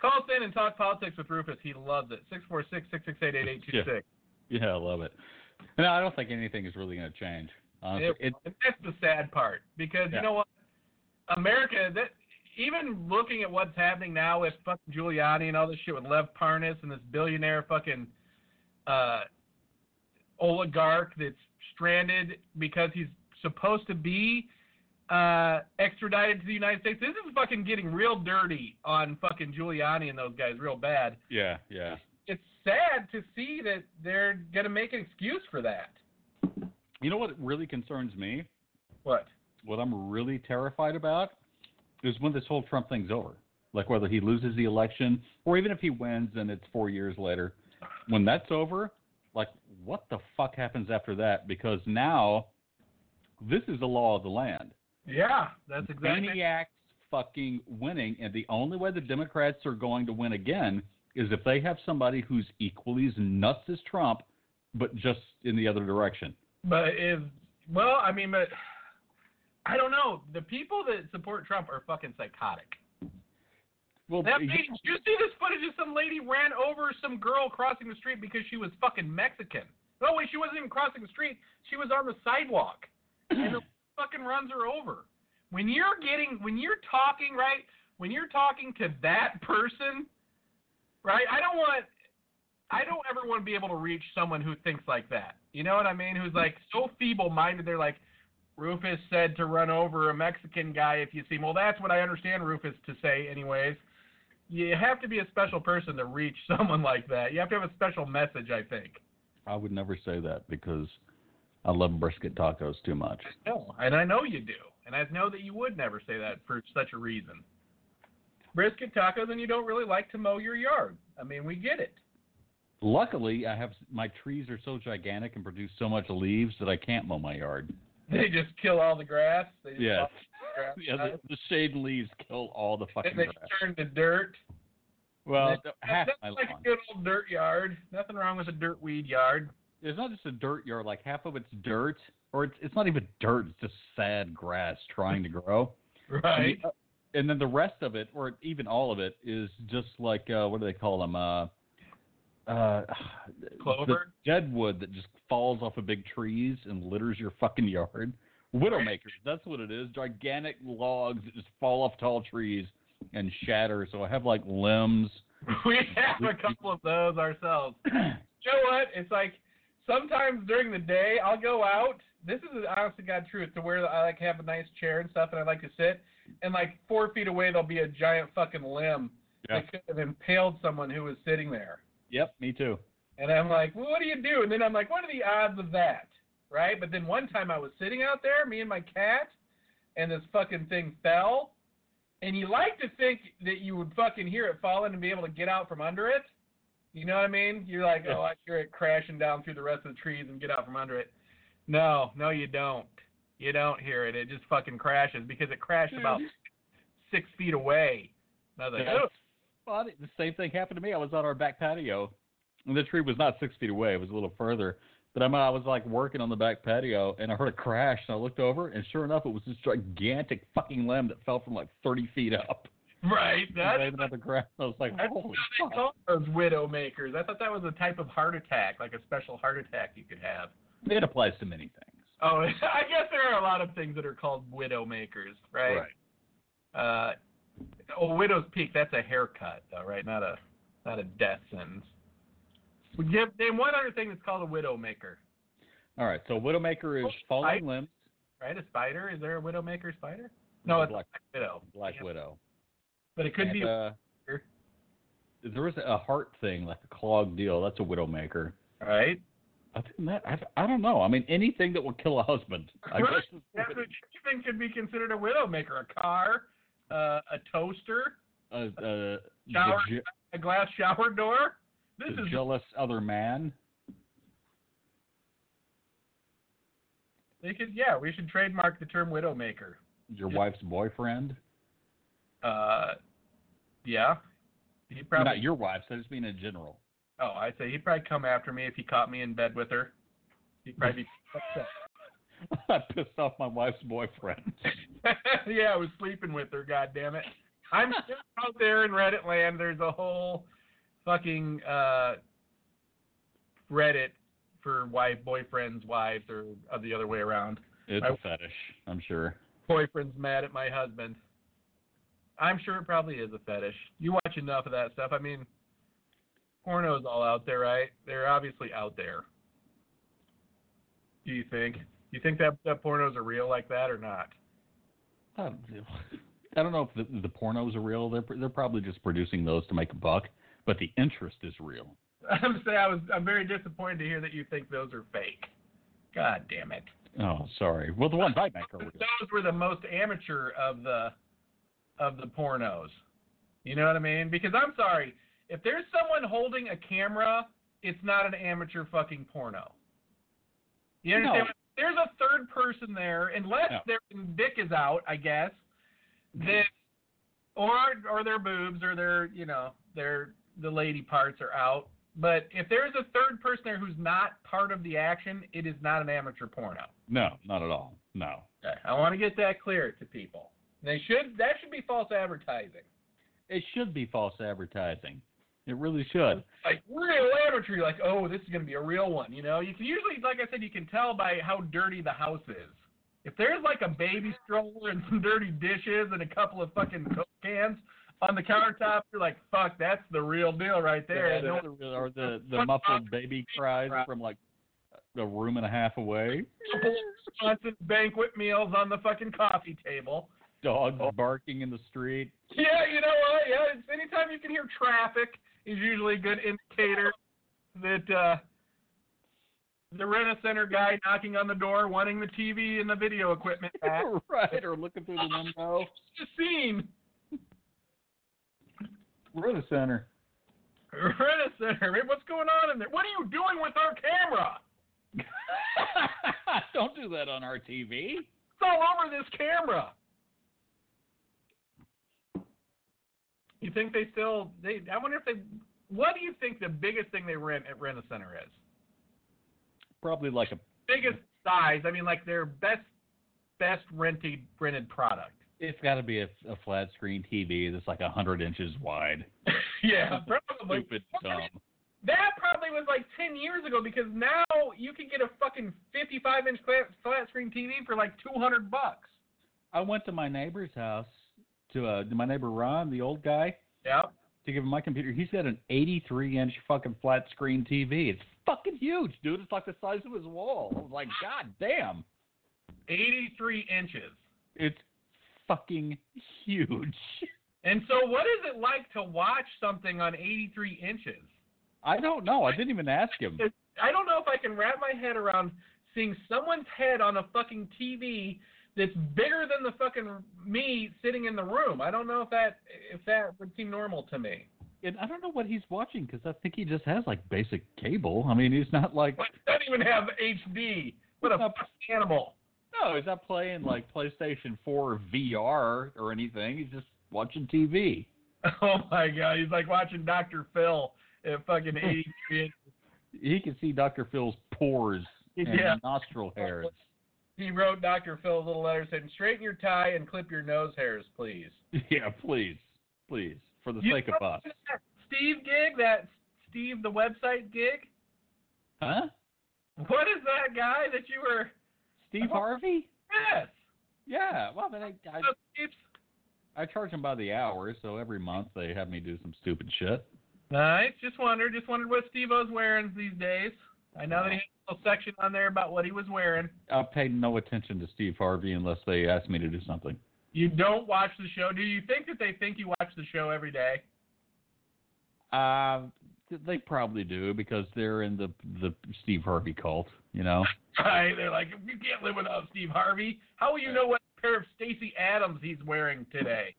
S2: call us in and talk politics with Rufus. He loves it. Six four six six six eight eight eight two six.
S3: Yeah, I love it. No, I don't think anything is really going to change. Honestly,
S2: It-
S3: it,
S2: and that's the sad part because
S3: Yeah.
S2: you know what, America. That even looking at what's happening now with fucking Giuliani and all this shit with Lev Parnas and this billionaire fucking uh, oligarch that's stranded because he's supposed to be uh, extradited to the United States. This is fucking getting real dirty on fucking Giuliani and those guys real bad.
S3: yeah, yeah.
S2: It's sad to see that they're gonna make an excuse for that.
S3: You know what really concerns me?
S2: What?
S3: What I'm really terrified about is when this whole Trump thing's over. Like whether he loses the election or even if he wins and it's four years later. When that's over, like what the fuck happens after that? Because now this is the law of the land.
S2: Yeah, that's exactly.
S3: maniacs fucking winning, and the only way the Democrats are going to win again is if they have somebody who's equally as nuts as Trump, but just in the other direction.
S2: But is well, I mean, but I don't know. The people that support Trump are fucking psychotic.
S3: Well,
S2: That lady, did you see this footage of some lady ran over some girl crossing the street because she was fucking Mexican. No wait, she wasn't even crossing the street. She was on the sidewalk, and the fucking runs her over. When you're getting, when you're talking, right? When you're talking to that person, right? I don't want. I don't ever want to be able to reach someone who thinks like that. You know what I mean? Who's like so feeble-minded. They're like, Rufus said to run over a Mexican guy if you see him. Well, that's what I understand Rufus to say, anyways. You have to be a special person to reach someone like that. You have to have a special message, I think.
S3: I would never say that because I love brisket tacos too much.
S2: No, and I know you do, and I know that you would never say that for such a reason. Brisket tacos, and you don't really like to mow your yard. I mean, we get it.
S3: Luckily, I have my trees are so gigantic and produce so much leaves that I can't mow my yard.
S2: They just kill all the grass. They just
S3: Yes.
S2: all the
S3: Yeah,
S2: grass.
S3: the, the shade and leaves kill all the fucking
S2: and they
S3: grass.
S2: turn to dirt.
S3: Well,
S2: That-
S3: half
S2: that's
S3: my
S2: like
S3: lawn.
S2: a good old dirt yard. Nothing wrong with a dirt weed yard.
S3: it's not just a dirt yard. Like half of it's dirt, or it's it's not even dirt. It's just sad grass trying to grow.
S2: Right.
S3: And the, and then the rest of it, or even all of it, is just like uh, what do they call them? Uh, uh,
S2: Clover?
S3: the dead wood that just falls off of big trees and litters your fucking yard. Widowmakers, that's what it is. Gigantic logs that just fall off tall trees and shatter. So I have like limbs.
S2: we have a couple of those ourselves. you know what? It's like sometimes during the day I'll go out. This is an honest to God truth to where I like have a nice chair and stuff and I like to sit and like four feet away there'll be a giant fucking limb
S3: Yeah.
S2: that could have impaled someone who was sitting there.
S3: Yep, me too.
S2: And I'm like, well, what do you do? And then I'm like, what are the odds of that? Right? But then one time I was sitting out there, me and my cat, and this fucking thing fell. And you like to think that you would fucking hear it falling and be able to get out from under it. You know what I mean? You're like,
S3: Yeah.
S2: oh, I hear it crashing down through the rest of the trees and get out from under it. No, no, you don't. You don't hear it. It just fucking crashes because it crashed about six feet away. And I was like,
S3: Hmm. Yeah.
S2: oh,
S3: Well, the same thing happened to me. I was on our back patio, and the tree was not six feet away; it was a little further. But I'm, I was like working on the back patio, and I heard a crash, and I looked over, and sure enough, it was this gigantic fucking limb that fell from like 30 feet up.
S2: "Oh, right. That's
S3: Right on the ground. I was like,
S2: I
S3: holy
S2: What
S3: fuck.
S2: they call those widow makers. I thought that was a type of heart attack, like a special heart attack you could have.
S3: It applies to many things.
S2: Oh, I guess there are a lot of things that are called widow makers, right? Uh, oh, widow's peak. That's a haircut, though, right? Not a not a death sentence. Well, give, name one other thing that's called a widow maker,
S3: All right. So Widowmaker is
S2: Oh,
S3: falling
S2: I-
S3: limbs.
S2: right? A spider. Is there a widow maker spider? No, it's
S3: Black-
S2: a black widow.
S3: Black
S2: Yeah.
S3: Widow.
S2: But it could
S3: And,
S2: be.
S3: Uh,
S2: Widowmaker.
S3: there was a heart thing, like a clog deal. That's a Widowmaker.
S2: right?
S3: Other than that, I, I don't know. I mean, anything that will kill a husband. I
S2: Right.
S3: guess is
S2: That's what everything could be considered a widow maker. A car, uh, a toaster.
S3: a, a,
S2: Shower.
S3: uh, the je-
S2: a glass shower door. This
S3: the
S2: is
S3: jealous other man.
S2: they could yeah, we should trademark the term widowmaker.
S3: Your
S2: Yeah.
S3: wife's boyfriend.
S2: Uh yeah. He
S3: No,
S2: probably
S3: Not your wife's. I just mean in general.
S2: Oh, I'd say he'd probably come after me if he caught me in bed with her. He'd probably be upset.
S3: I pissed off my wife's boyfriend.
S2: yeah, I was sleeping with her, god damn it. I'm still out there in Reddit land. There's a whole fucking uh Reddit for wife boyfriends, wives or, or the other way around.
S3: It's
S2: I-
S3: a fetish, I'm sure.
S2: boyfriend's mad at my husband. I'm sure it probably is a fetish. You watch enough of that stuff. I mean, porno's all out there, right? They're obviously out there. Do you think? You think that, that pornos are real like that or not?
S3: I don't know. I don't know if the, the pornos are real. They're they're probably just producing those to make a buck, but the interest is real.
S2: I'm saying I was. I'm very disappointed to hear that you think those are fake. God damn it!
S3: Oh, sorry. Well, the ones I make are real.
S2: Those were the most amateur of the of the pornos. You know what I mean? Because I'm sorry, if there's someone holding a camera, it's not an amateur fucking porno. You understand?
S3: No.
S2: what- There's a third person there, unless
S3: No.
S2: their dick is out, I guess. Then, or or their boobs or their you know their the lady parts are out. But if there's a third person there who's not part of the action, it is not an amateur porno.
S3: No, not at all. No.
S2: Okay, I want to get that clear to people. And They should that should be false advertising.
S3: It should be false advertising. It really should.
S2: Like real amateur, like oh, this is gonna be a real one. You know, you can usually, like I said, you can tell by how dirty the house is. If there's like a baby stroller and some dirty dishes and a couple of fucking Coke cans on the countertop, you're like, fuck, that's the real deal right there.
S3: Yeah,
S2: No-
S3: the- or the, the muffled baby cries from like a room and a half away.
S2: couple Johnson banquet meals on the fucking coffee table.
S3: Dogs barking in the street.
S2: Yeah, you know what? Yeah, it's anytime you can hear traffic is usually a good indicator that uh, the rent a center guy knocking on the door wanting the TV and the video equipment back.
S3: Uh-huh. right, or looking through the window.
S2: it's the scene.
S3: We're in the center.
S2: Rent a center. man, What's going on in there? What are you doing with our camera?
S3: Don't do that on our TV.
S2: It's all over this camera. You think they still? They? I wonder if they. What do you think the biggest thing they rent at Rent a Center is?
S3: Probably like a
S2: biggest size. I mean, like their best best rented rented product.
S3: It's got to be a, a flat screen TV that's like hundred inches wide.
S2: yeah, probably.
S3: Stupid,
S2: Well, I mean,
S3: dumb.
S2: That probably was like 10 years ago because now you can get a fucking 55 inch flat, flat screen TV for like 200 bucks.
S3: I went to my neighbor's house to uh, to my neighbor Ron, the old guy,
S2: Yep.
S3: to give him my computer. He's got an 83 inch fucking flat screen TV. It's fucking huge, dude. It's like the size of his wall. I was like, God damn,
S2: 83 inches.
S3: it's fucking huge.
S2: And so, what is it like to watch something on 83 inches?
S3: I don't know. I didn't even ask him.
S2: I don't know if I can wrap my head around seeing someone's head on a fucking TV that's bigger than the fucking me sitting in the room. I don't know if that if that would seem normal to me.
S3: And I don't know what he's watching because I think he just has like basic cable. I mean, he's not like
S2: Like, I don't even have HD. What a
S3: Up.
S2: fucking animal.
S3: no, he's not playing like PlayStation 4 VR or anything. He's just watching TV.
S2: Oh my god, he's like watching Dr. Phil at fucking 83 inches.
S3: He can see Dr. Phil's pores and
S2: Yeah.
S3: nostril hairs.
S2: He wrote Dr. Phil's little letter saying, "Straighten your tie and clip your nose hairs, please."
S3: Yeah, please, please, for the
S2: You
S3: sake of
S2: know
S3: us.
S2: that Steve gig, that Steve the website gig.
S3: Huh?
S2: What is that guy that you were?
S3: Steve Harvey?
S2: Yes.
S3: Yeah. Well, I mean, I,
S2: So Steve's-
S3: I, I charge him by the hour, so every month they have me do some stupid shit.
S2: Nice. Just wondered. Just wondered what Steve O's wearing these days. I know that he had a little section on there about what he was wearing.
S3: I pay no attention to Steve Harvey unless they ask me to do something.
S2: You don't watch the show. Do you think that they think you watch the show every day?
S3: Uh, they probably do because they're in the the Steve Harvey cult, you know.
S2: Right. They're like, you can't live without Steve Harvey. How will you know what pair of Stacy Adams he's wearing today?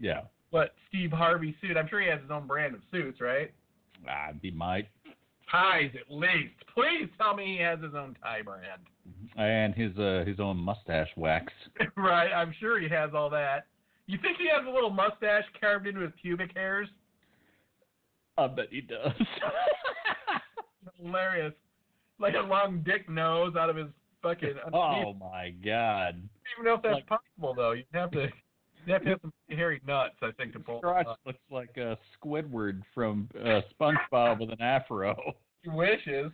S3: Yeah,
S2: What Steve Harvey suit? I'm sure he has his own brand of suits, right?
S3: ah, be might.
S2: Ties, at least. Please tell me he has his own tie brand.
S3: And his uh his own mustache wax.
S2: right. I'm sure he has all that. You think he has a little mustache carved into his pubic hairs?
S3: I bet he does.
S2: Hilarious. Like a long dick nose out of his fucking. I
S3: oh
S2: don't
S3: my god!
S2: even know if that's
S3: like-
S2: possible though. You'd have to. You'd have to have some hairy nuts, I think, to pull. it
S3: Crotch
S2: off.
S3: looks like uh, Squidward from uh, SpongeBob with an afro.
S2: He wishes.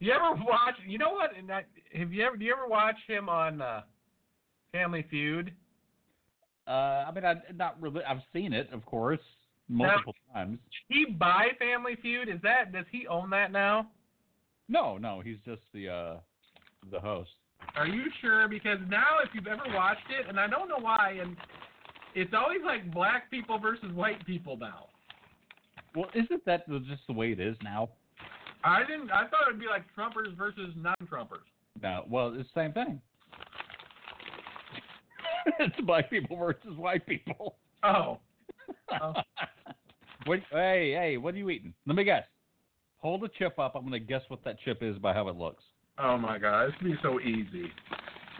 S2: You ever watch? You know what? And that, have you ever? Do you ever watch him on uh, Family Feud?
S3: Uh, I mean, I not really. I've seen it, of course, multiple times.
S2: He buy Family Feud? Is that? Does he own that now?
S3: No, no, he's just the uh the host.
S2: Are you sure? Because now, if you've ever watched it, and I don't know why, and it's always like black people versus white people now.
S3: Well, isn't that the- just the way it is now?
S2: I didn't. I thought it'd be like Trumpers versus non-Trumpers.
S3: No, well, it's the same thing. it's black people versus white people.
S2: Oh, Oh.
S3: what, hey, hey, what are you eating? Let me guess. Hold a chip up. I'm going to guess what that chip is by how it looks.
S2: oh my God! This would be so easy.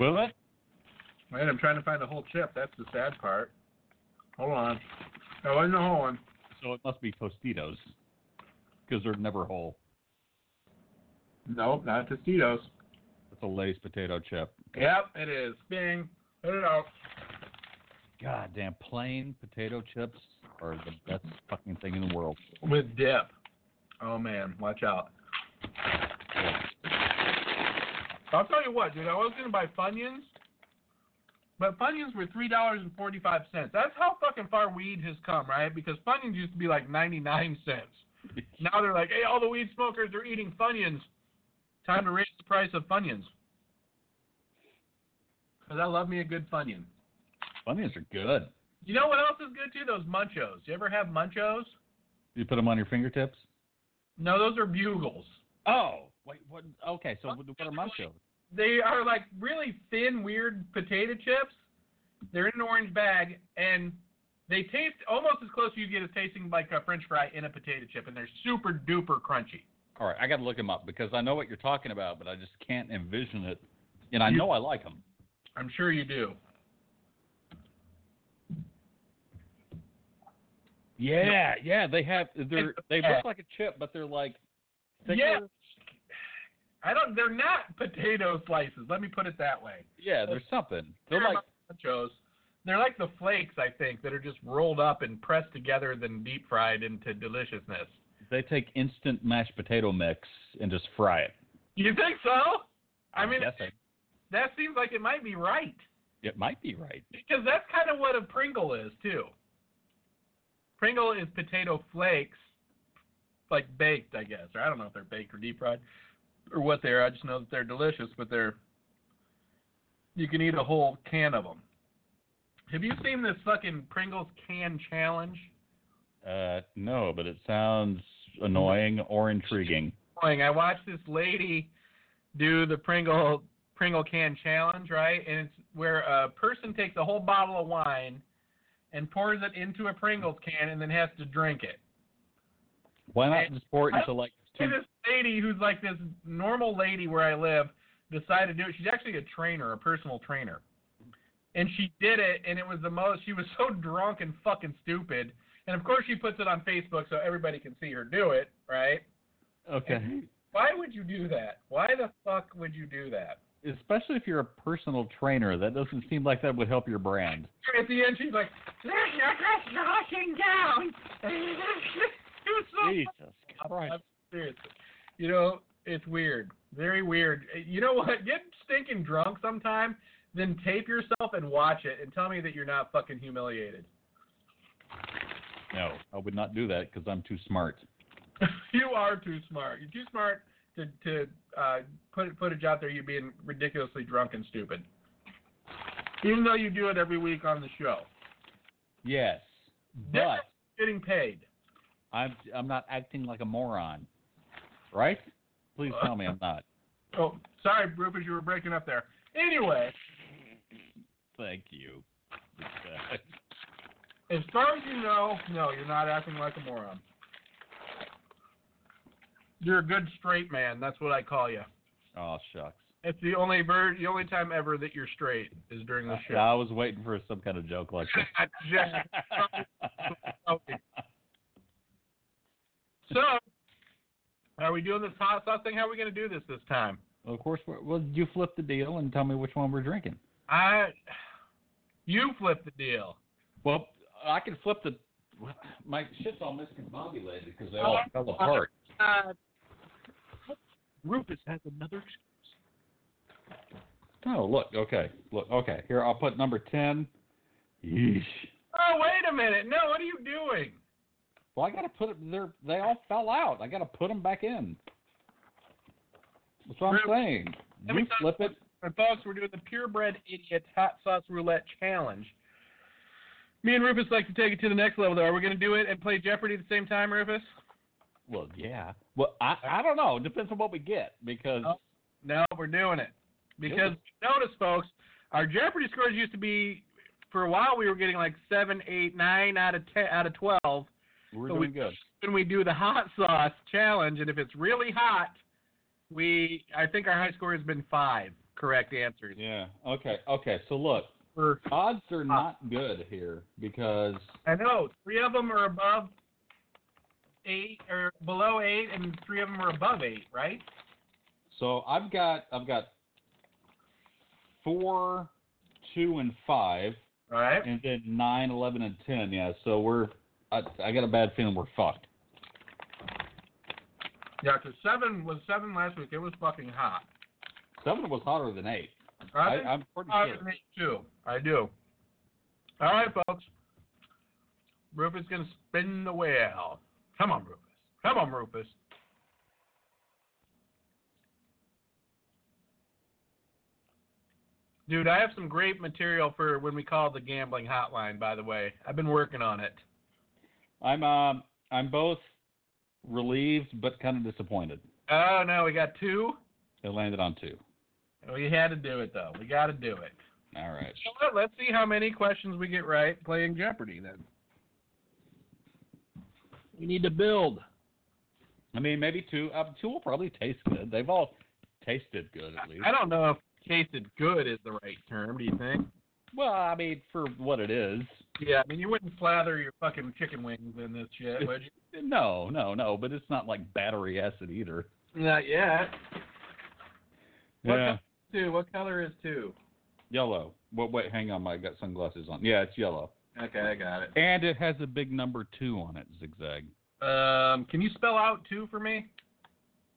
S3: Will it?
S2: Wait, I'm trying to find the whole chip. That's the sad part. Hold on. That wasn't the whole one.
S3: So it must be Tostitos because they're never whole.
S2: Nope, not Tostitos.
S3: It's a Lay's potato chip.
S2: Yep, it is. Bing. Put it out.
S3: Goddamn, plain potato chips are the best fucking thing in the world.
S2: With dip. Oh man, watch out. I'll tell you what, dude, I was gonna buy Funyuns, but Funyuns were three dollars and forty five cents. That's how fucking far weed has come, right? Because Funyuns used to be like ninety nine cents. Now they're like, hey, all the weed smokers are eating Funyuns. Time to raise the price of Funyuns. Cause I love me a good Funyun.
S3: Onions are good.
S2: You know what else is good too? Those Munchos. You ever have Munchos?
S3: You put them on your fingertips?
S2: No, those are bugles.
S3: Oh, wait, what? Okay, so what, what are munchos?
S2: They are like really thin, weird potato chips. They're in an orange bag, and they taste almost as close you get as tasting like a French fry in a potato chip, and they're super duper crunchy.
S3: All right, I got to look them up because I know what you're talking about, but I just can't envision it. And I know I like them.
S2: I'm sure you do.
S3: Yeah, yeah, they have. They're they look like a chip, but they're like thicker.
S2: Yeah. I don't. They're not potato slices. Let me put it that way.
S3: Yeah, there's something. They're like
S2: nachos. They're like the flakes, I think, that are just rolled up and pressed together, then deep fried into deliciousness.
S3: they take instant mashed potato mix and just fry it.
S2: You think so? I mean,
S3: guess I-
S2: that seems like it might be right
S3: it might be right.
S2: because that's kind of what a Pringle is too. Pringle is potato flakes, like baked, I guess, or I don't know if they're baked or deep fried or what they are. I just know that they're delicious, but they're you can eat a whole can of them. Have you seen this fucking Pringles can challenge?
S3: Uh, no, but it sounds annoying or intriguing.
S2: annoying. I watched this lady do the Pringle Pringle can challenge, right? And it's where a person takes a whole bottle of wine and pours it into a Pringles can and then has to drink it.
S3: Why not just pour it into like
S2: And
S3: two?
S2: this lady who's like this normal lady where I live decided to do it. She's actually a trainer, a personal trainer. And she did it and it was the most she was so drunk and fucking stupid. And of course she puts it on Facebook so everybody can see her do it, right?
S3: Okay.
S2: Why would you do that? Why the fuck would you do that?
S3: Especially if you're a personal trainer, that doesn't seem like that would help your brand.
S2: at the end, she's like, "Look, you're just knocking down." it was so
S3: Jesus Christ.
S2: "Oh, I'm serious. You know, it's weird, very weird. You know what? Get stinking drunk sometime, then tape yourself and watch it, and tell me that you're not fucking humiliated.
S3: No, I would not do that because I'm too smart.
S2: you are too smart. You're too smart to to uh, put footage out there. You being ridiculously drunk and stupid, even though you do it every week on the show.
S3: Yes, but
S2: Getting paid.
S3: I'm I'm not acting like a moron, right? Please tell me I'm not.
S2: Oh, sorry, Rufus, you were breaking up there. Anyway,
S3: Thank you.
S2: as far as you know, no, you're not acting like a moron. You're a good straight man. That's what I call you.
S3: Oh shucks.
S2: It's the only ver- the only time ever that you're straight is during the
S3: I,
S2: show.
S3: I was waiting for some kind of joke like
S2: Jack.
S3: that.
S2: so, are we doing this hot sauce thing? How are we going to do this this time?
S3: of course, we- well, you flip the deal and tell me which one we're drinking.
S2: I, you flip the deal.
S3: Well, I can flip the. My shit's all miscombobulated because they
S2: all
S3: fell
S2: apart. Uh,
S3: Rufus has another excuse. Oh, look. Okay. Look. Okay. Here, I'll put number 10. Yeesh.
S2: oh, wait a minute. No, what are you doing?
S3: Well, I got to put it. They're, they all fell out. I got to put them back in. That's what I'm
S2: Rufus,
S3: saying.
S2: let me
S3: You
S2: tell
S3: flip it.
S2: And folks, we're doing the Purebred Idiot Hot Sauce Roulette Challenge. Me and Rufus like to take it to the next level, though. Are we going to do it and play Jeopardy at the same time, Rufus?
S3: Well, yeah. Well, I, I don't know. It depends on what we get because.
S2: Oh. No, we're doing it. Because notice, folks, our Jeopardy scores used to be, for a while, we were getting like seven, eight, nine out of ten, out of twelve.
S3: We're
S2: So
S3: doing
S2: we-
S3: good.
S2: Then we do the hot sauce challenge, and if it's really hot, we I think our high score has been five correct answers.
S3: Yeah. Okay. Okay. So look,
S2: For-
S3: odds
S2: Uh,
S3: are not good here because
S2: I know. Three of them are above eight or below eight, and three of them are above eight, right?
S3: so I've got I've got four, two, and five,
S2: All right.
S3: and then nine, eleven, and ten. Yeah. So we're I, I got a bad feeling we're fucked.
S2: Yeah, 'cause seven was seven last week. It was fucking hot.
S3: Seven was hotter than eight.
S2: I,
S3: I,
S2: think
S3: I'm pretty
S2: hotter
S3: sure.
S2: than eight, too. I do. All right, folks. Rufus gonna spin the wheel. Come on, Rufus. Come on, Rufus. Dude, I have some great material for when we call the gambling hotline. By the way, I've been working on it.
S3: I'm um I'm both relieved but kind of disappointed.
S2: Oh no, we got two.
S3: It landed on two.
S2: We had to do it though. We got to do it.
S3: All right.
S2: You know what? Let's see how many questions we get right playing Jeopardy then. We need to build.
S3: I mean, maybe two. Uh, two will probably taste good. They've all tasted good at least.
S2: I don't know if tasted good is the right term. Do you think?
S3: Well, I mean, for what it is.
S2: Yeah, I mean you wouldn't slather your fucking chicken wings in this shit, would
S3: No, no, no. But it's not like battery acid either.
S2: you? Not yet. What
S3: Yeah.
S2: color is two? What color is two?
S3: Yellow. Wait, wait, hang on. I got sunglasses on. Yeah, it's yellow.
S2: Okay, I got it.
S3: And it has a big number two on it, zigzag.
S2: Um, can you spell out two for me?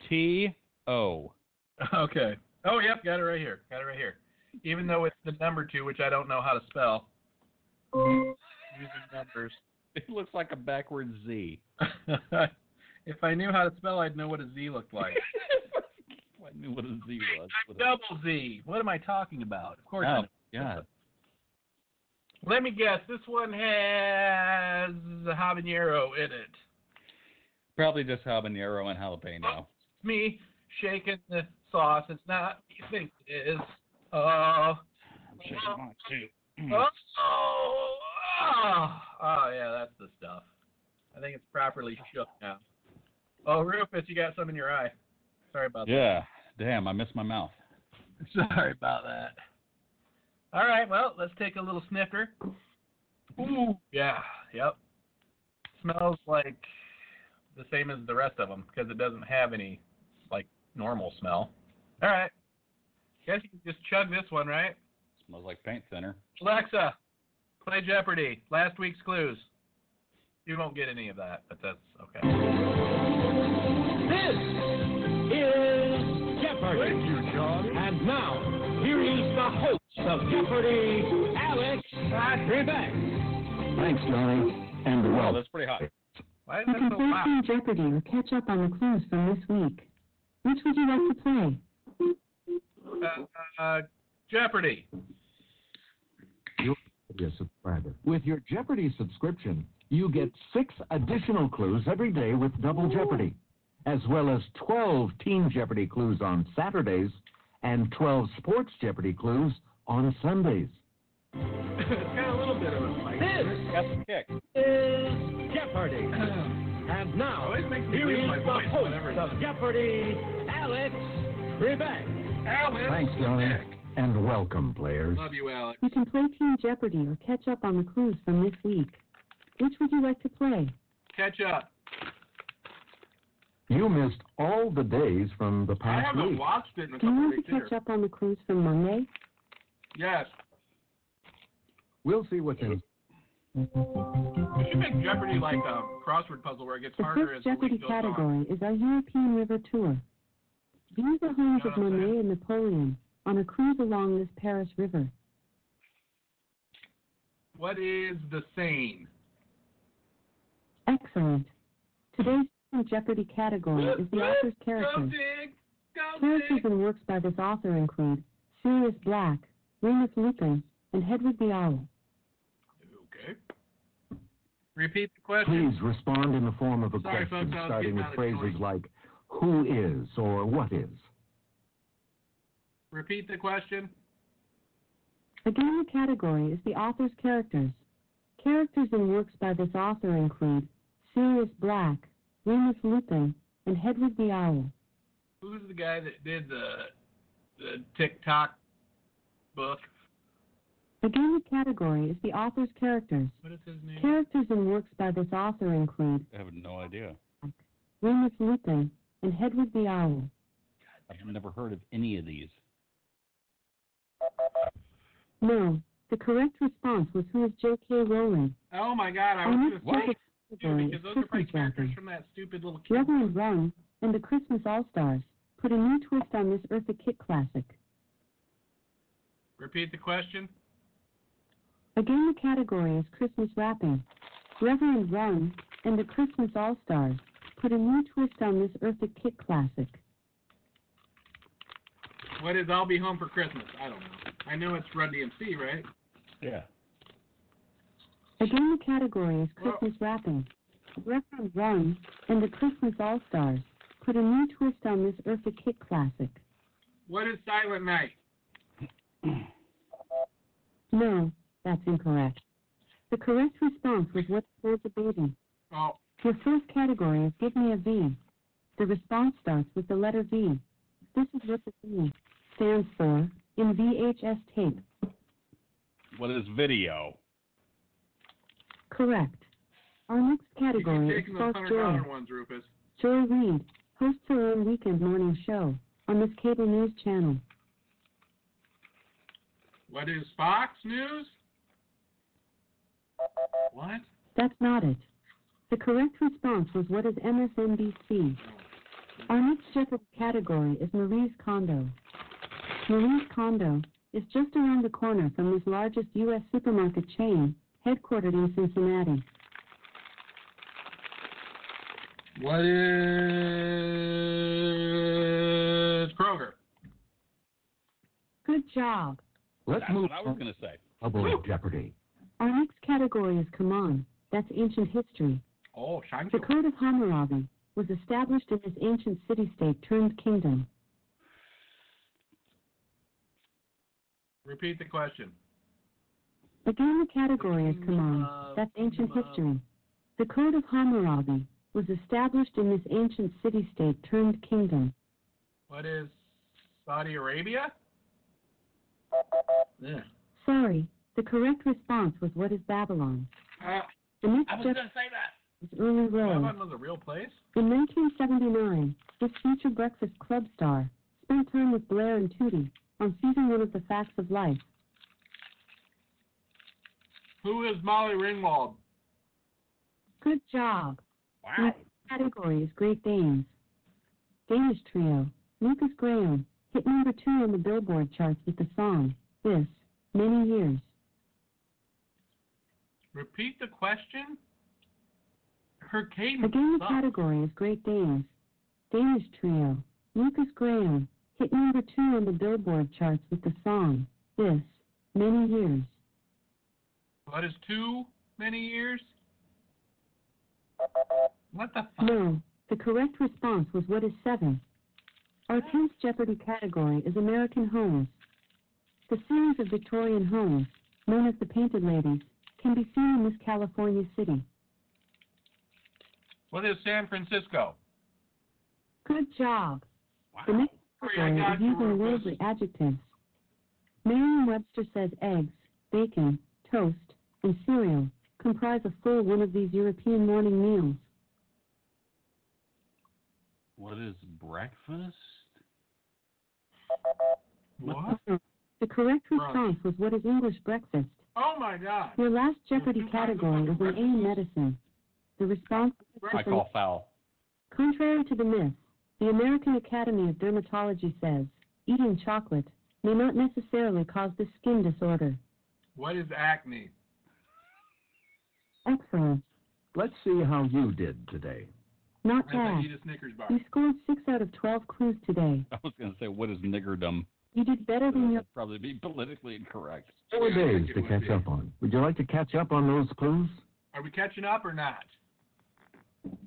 S3: T O.
S2: Okay. Oh, yep, got it right here. Got it right here. Even though it's the number two, which I don't know how to spell. Using numbers.
S3: It looks like a backwards Z.
S2: if I knew how to spell, I'd know what a Z looked like.
S3: I knew what a Z was. What a-
S2: Double Z. What am I talking about? Of course. I
S3: Oh,
S2: know.
S3: God.
S2: Let me guess. This one has a habanero in it.
S3: Probably just habanero and jalapeno.
S2: It's me shaking the sauce. It's not what you think it is. Oh.
S3: I'm shaking mine, too.
S2: Oh, oh, oh, yeah, that's the stuff. I think it's properly shook now. Oh, Rufus, you got some in your eye. Sorry about
S3: Yeah. Damn, I missed my mouth.
S2: that. Sorry about that. All right, well, let's take a little sniffer. Ooh, yeah, yep. Smells like the same as the rest of them because it doesn't have any like normal smell. All right, guess you can just chug this one, right?
S3: Smells like paint thinner.
S2: Alexa, play Jeopardy. Last week's clues. You won't get any of that, but that's okay.
S4: This is Jeopardy. Thank you, John. And now, here is the host of Jeopardy, Alex Trebek. Thanks, Johnny. And
S3: Oh, that's pretty hot.
S2: Why is
S5: You
S2: that
S5: can
S2: so
S5: play
S2: loud?
S5: some Jeopardy or catch up on the clues from this week. Which would you like to play?
S2: Uh, uh, Jeopardy.
S4: your subscriber. With your Jeopardy subscription, you get six additional clues every day with Double Jeopardy, as well as 12 Team Jeopardy clues on Saturdays and 12 Sports Jeopardy clues on Sundays.
S2: it's got a little bit of a spike.
S3: Got the kick.
S4: is Jeopardy. and now,
S2: Always Oh, makes me
S4: here
S2: lose
S4: is
S2: my
S4: the
S2: voice
S4: host
S2: whenever it
S4: of Jeopardy, Alex Trebek.
S2: Alex.
S4: Thanks, Johnny, and welcome, players.
S2: Love you, Alex.
S5: You can play Team Jeopardy or catch up on the clues from this week. Which would you like to play?
S2: Catch up.
S4: You missed all the days from the
S2: I
S4: past
S2: haven't
S4: week.
S2: watched it in a
S5: Do you
S2: couple
S5: want to
S2: weeks either.
S5: catch up on the clues from Monday?
S2: Yes.
S4: We'll see what's in.
S2: You should make Jeopardy like a crossword puzzle where it gets
S5: The
S2: harder
S5: first
S2: as the
S5: Jeopardy
S2: week goes on.
S5: category is our European River Tour. These are homes
S2: Yeah,
S5: of
S2: I'm saying.
S5: Monet and Napoleon on a cruise along this Paris River.
S2: What is the Seine?
S5: Excellent. Today's Team Jeopardy category is the author's
S2: Go
S5: character.
S2: dig. Go
S5: Characters
S2: dig.
S5: and works by this author include Sirius Black, Remus Lupin, and Hedwig the Owl.
S2: Okay. Repeat the question.
S4: Please respond in the form of a
S2: Sorry,
S4: question,
S2: folks, I was
S4: starting
S2: getting
S4: with
S2: out of
S4: phrases
S2: joint.
S4: like "Who is" or "What is."
S2: Repeat the question.
S5: Again, the category is the author's characters. Characters and works by this author include Sirius Black, Remus Lupin, and Hedwig the Owl.
S2: Who's the guy that did the the TikTok book?
S5: Again, the category is the author's characters.
S2: What is his name?
S5: Characters and works by this author include
S3: I have no idea.
S5: Remus Lupin and Hedwig the Owl.
S3: I've never heard of any of these.
S5: No, the correct response was who is J.K. Rowling.
S2: Oh my God! I
S5: On
S2: was
S5: this
S2: just like,
S5: Jeopardy category
S2: because
S5: is
S2: those are probably
S5: Christmas
S2: characters
S5: wrapping.
S2: from that stupid little kid.
S5: Reverend Run and the Christmas All Stars put a new twist on this Eartha Kitt classic.
S2: Repeat the question.
S5: Again, the category is Christmas wrapping. Reverend Run and the Christmas All Stars put a new twist on this Eartha Kitt classic.
S2: What is "I'll Be Home for Christmas"? I don't know. I know it's Run DMC, right?
S3: Yeah.
S5: Again, the category is Christmas wrapping. Reverend Run and the Christmas All Stars put a new twist on this Eartha Kitt classic.
S2: What is Silent Night?
S5: No, that's incorrect. The correct response was what holds a baby.
S2: Oh,
S5: Your first category is give me a V. The response starts with the letter V. This is what the V stands for in VHS tape.
S3: What is video?
S5: Correct. Our next
S2: you keep
S5: category
S2: taking
S5: is
S2: those
S5: False
S2: hundred
S5: Joy.
S2: dollar ones, Rufus.
S5: Joy Reid hosts her own weekend morning show on this cable news channel.
S2: What is Fox News? What?
S4: That's not it. The correct response was what is MSNBC? Our next Jeopardy category is Marie's Condo. Marie's Condo is just around the corner from this largest U.S. supermarket chain, headquartered in Cincinnati.
S2: What is Kroger?
S4: Good job.
S6: Let's
S3: That's
S6: move
S3: what I was
S6: on to
S3: going to say.
S6: Double Jeopardy.
S4: Our next category is Kaman. That's ancient history.
S2: Oh,
S4: The
S2: Shanghai.
S4: Code of Hammurabi was established in this ancient city-state turned kingdom.
S2: Repeat the question.
S4: Again, the category is command.
S7: of-
S4: That's ancient
S7: Kingdom of-
S4: history. The Code of Hammurabi was established in this ancient city-state turned kingdom.
S2: What is Saudi Arabia? Yeah.
S4: Sorry, the correct response was what is Babylon.
S2: Uh,
S4: The next
S3: I was
S4: step
S3: going to say that.
S4: is early Rose.
S2: Lebanon was a real place.
S4: In 1979, this future Breakfast Club star spent time with Blair and Tootie on season one of The Facts of Life.
S2: Who is Molly Ringwald?
S4: Good job.
S3: Wow.
S4: Category is Great Danes. Danish trio, Lucas Graham, hit number two on the Billboard charts with the song, This, Many Years.
S2: Repeat the question. Her cadence.
S4: Again, the
S2: sucks.
S4: category is Great Danes. Danish trio, Lucas Graham, hit number two on the Billboard charts with the song, This, Many Years.
S2: What is too many years? What the fuck?
S4: No, the correct response was What is Seven? Our 10th Jeopardy category is American Homes. The series of Victorian homes, known as the Painted Ladies, can be seen in this California city.
S2: What is San Francisco?
S4: Good job. The
S3: Wow.
S4: next
S2: I
S4: category
S2: got
S4: is
S2: you,
S4: using
S2: Rufus.
S4: worldly adjectives. Merriam Webster says eggs, bacon, toast, and cereal comprise a full one of these European morning meals.
S3: What is breakfast?
S2: What?
S4: The correct
S2: Brunch.
S4: response was what is English breakfast?
S2: Oh my god.
S4: Your last Jeopardy
S2: Two kinds of
S4: category is an
S2: breakfast.
S4: A medicine. The response was
S3: I call foul.
S4: contrary to the myth, the American Academy of Dermatology says eating chocolate may not necessarily cause this skin disorder.
S2: What is acne?
S4: Excellent.
S6: Let's see how you did today.
S4: Not
S2: I said
S4: bad.
S2: eat a Snickers bar.
S4: You scored 6 out of 12 clues today.
S3: I was going to say, what is niggerdom?
S4: You did better than your
S3: That'd probably be politically incorrect.
S6: Four
S2: Yeah, I
S6: days
S2: think it
S6: to
S2: would
S6: catch
S2: be.
S6: up on. Would you like to catch up on those clues?
S2: Are we catching up or not?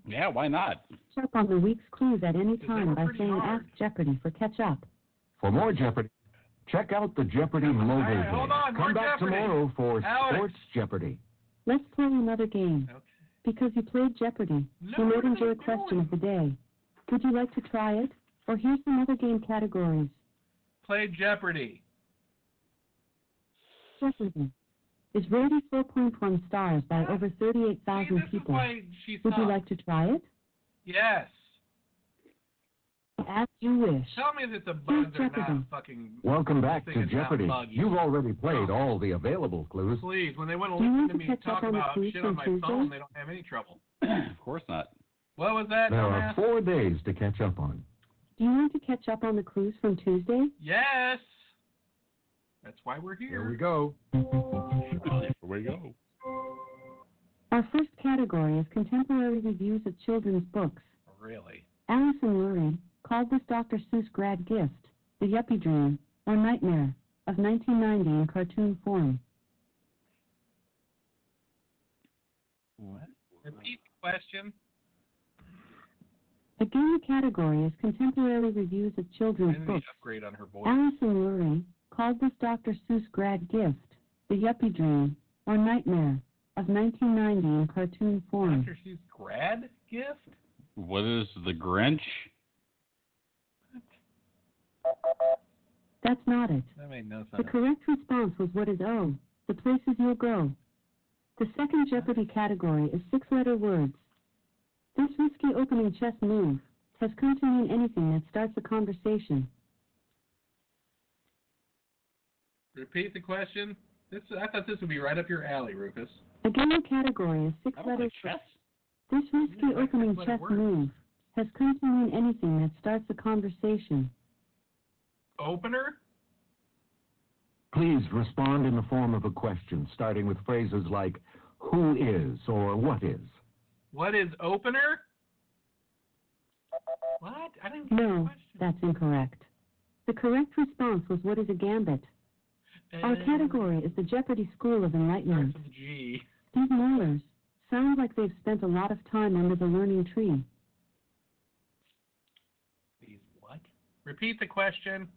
S3: Yeah, why not?
S4: catch up on the week's clues at any
S2: Because they
S4: time
S2: were
S4: by
S2: pretty
S4: saying
S2: hard.
S4: Ask Jeopardy for catch up.
S6: For more Jeopardy, check out the Jeopardy mobile
S2: right,
S6: game.
S2: hold on,
S6: Come
S2: more
S6: back
S2: Jeopardy.
S6: tomorrow for
S2: Alex.
S6: Sports Jeopardy.
S4: Let's play another game.
S2: Okay.
S4: Because you played Jeopardy,
S2: No, what
S4: you made
S2: are
S4: enjoy
S2: they
S4: a question
S2: doing?
S4: of the day. Would you like to try it? Or here's some other game categories.
S2: Play Jeopardy.
S4: Jeopardy is rated 4.1 stars by
S2: Yeah.
S4: over
S2: See, this
S4: 38,000
S2: is
S4: people.
S2: why she
S4: Would
S2: sucks.
S4: you like to try it?
S2: Yes.
S4: As you wish.
S2: Tell me that the bugs are not
S4: Jeopardy.
S2: fucking.
S6: Welcome back
S2: This
S6: to
S2: thing is not
S6: Jeopardy.
S2: buggy.
S6: You've already played all the available clues.
S2: Please, when they want to
S4: Do you
S2: listen
S4: want
S2: to
S4: to
S2: me
S4: catch
S2: talk
S4: up on the
S2: about
S4: police
S2: shit on my
S4: on
S2: phone,
S4: Tuesday?
S2: they don't have any trouble.
S3: of course not.
S2: What was that?
S6: There are
S2: dumbass?
S6: four days to catch up on.
S4: Do you want to catch up on the clues from Tuesday?
S2: Yes. That's why we're here.
S6: Here we go.
S3: Here we go.
S4: Our first category is contemporary reviews of children's books.
S2: Really?
S4: Allison Lurie called this Dr. Seuss grad gift the Yuppie Dream or Nightmare of 1990 in cartoon form.
S3: What?
S2: Repeat the question.
S4: Again, the category is contemporary reviews of children's
S2: And the
S4: books.
S2: upgrade on her voice.
S4: Allison Lurie called this Dr. Seuss grad gift the Yuppie Dream or Nightmare of 1990 in cartoon form.
S2: After she's grad gift?
S3: What is the Grinch?
S4: That's not it.
S2: That made no
S4: The
S2: sense.
S4: correct response was what is O, the places you'll go. The second Jeopardy category is six letter words. This risky opening chess move has come to mean anything that starts a conversation.
S2: Repeat the question. This I thought this would be right up your alley, Rufus.
S4: A game category is six
S3: I don't play
S4: letters.
S3: chess.
S4: This risky
S2: Yeah,
S4: opening
S2: that's what it
S4: chess
S2: works.
S4: move has come to mean anything that starts a conversation.
S2: Opener?
S6: Please respond in the form of a question, starting with phrases like who is or what is.
S2: What is opener? What? I didn't get the
S4: No,
S2: question.
S4: that's incorrect. The correct response was what is a gambit? Our
S2: Uh,
S4: category is the Jeopardy School of
S2: Starts
S4: Enlightenment.
S2: with G.
S4: These Maulers sound like they've spent a lot of time under the learning tree.
S2: These what? Repeat the question.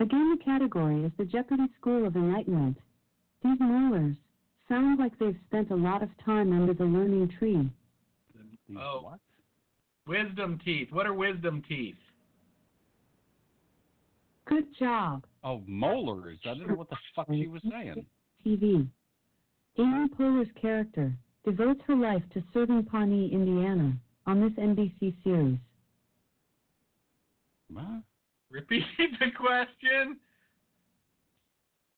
S4: Again, the category is the Jeopardy School of Enlightenment. These Maulers sound like they've spent a lot of time under the learning tree.
S3: These
S2: Oh.
S3: what?
S2: Wisdom teeth. What are wisdom teeth?
S4: Good job,
S3: Oh, molars. I didn't know what the fuck she was saying.
S4: TV. Amy Poehler's character devotes her life to serving Pawnee, Indiana, on this NBC series.
S3: Huh?
S2: Repeat the question.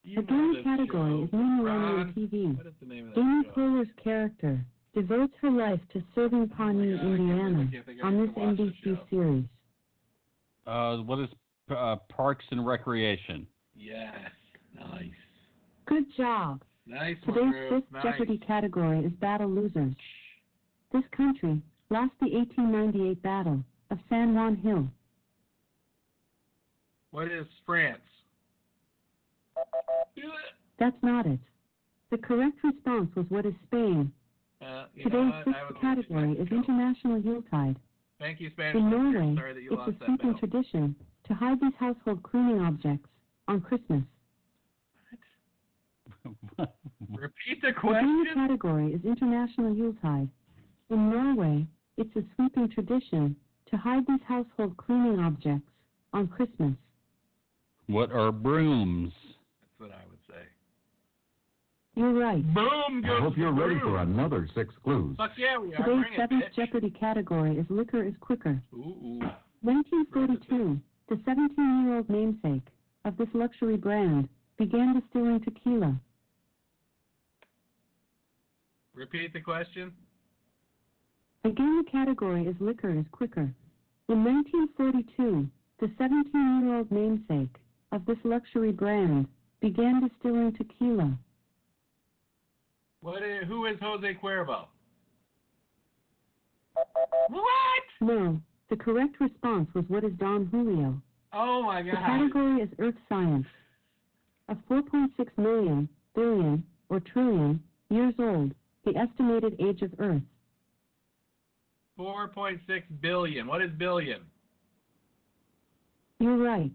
S2: You know
S4: Again,
S2: this
S4: the category
S2: show.
S4: is New Millennium
S2: Ron,
S4: TV.
S2: What is the name of that
S4: Amy
S2: show?
S4: Poehler's character devotes her life to serving Pawnee,
S2: Oh God, I can't believe I
S4: Indiana,
S2: can't think I
S4: on
S2: used
S4: this
S2: to watch this
S4: NBC
S2: show.
S4: series.
S3: Uh, what is uh, Parks and Recreation?
S2: Yes. Nice.
S4: Good job.
S2: Nice one,
S4: Today's
S2: Ruth.
S4: fifth
S2: Nice.
S4: Jeopardy category is Battle Losers. This country lost the 1898 Battle of San Juan Hill.
S2: What is France?
S4: That's not it. The correct response was what is Spain.
S2: Uh, you know
S4: Today's
S2: what? I was
S4: sixth category
S2: losing
S4: is
S2: that show.
S4: International Yuletide.
S2: Thank you, Spanish.
S4: In
S2: teacher.
S4: Norway,
S2: Sorry that you
S4: it's a
S2: lost that
S4: sleeping
S2: battle.
S4: tradition to hide these household cleaning objects on Christmas.
S2: Repeat the
S4: The
S2: question.
S4: game category is International Yuletide. In Norway, it's a sweeping tradition to hide these household cleaning objects on Christmas.
S3: what are brooms?
S2: That's what I would say.
S4: You're right.
S2: Boom
S6: I
S2: goes
S6: hope you're
S2: the
S6: ready for
S2: room.
S6: another six clues.
S2: Fuck yeah, we are.
S4: Today's
S2: Bring it,
S4: seventh
S2: bitch.
S4: Jeopardy category is Liquor is Quicker.
S2: Ooh, ooh.
S4: 1942, the 17 year old namesake of this luxury brand began distilling tequila.
S2: Repeat the question.
S4: Again, the category is Liquor is Quicker. In 1942, the 17 year old namesake of this luxury brand began distilling tequila.
S2: What? Is, who is Jose Cuervo? What?
S4: No, the correct response was what is Don Julio?
S2: Oh my
S4: The
S2: god.
S4: category is Earth Science. Of 4.6 million, billion, or trillion years old, the estimated age of Earth.
S2: 4.6 billion. What is billion?
S4: You're right.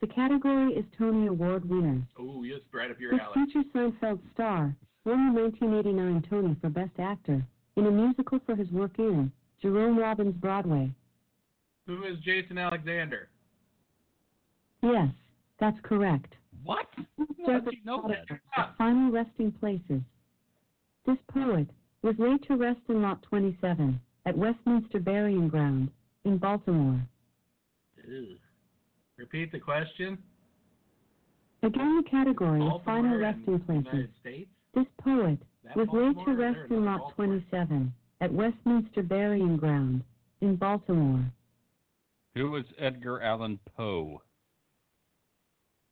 S4: The category is Tony Award winners.
S2: Ooh, yes, right up your
S4: This
S2: alley.
S4: future Seinfeld star won the 1989 Tony for Best Actor in a musical for his work in Jerome Robbins' Broadway.
S2: Who is Jason Alexander?
S4: Yes, that's correct.
S3: What? How did you know that?
S4: The Final resting places. This poet was laid to rest in Lot 27 at Westminster Burying Ground in Baltimore.
S2: Ew. Repeat the question.
S4: Again, the category is
S2: Baltimore
S4: final resting
S2: and
S4: places.
S2: United States.
S4: This poet
S2: That
S4: was laid
S2: Baltimore
S4: to
S2: or there
S4: rest in
S2: another
S4: Lot
S2: Baltimore?
S4: 27 at Westminster Burying Ground in Baltimore.
S3: Who is Edgar Allan Poe?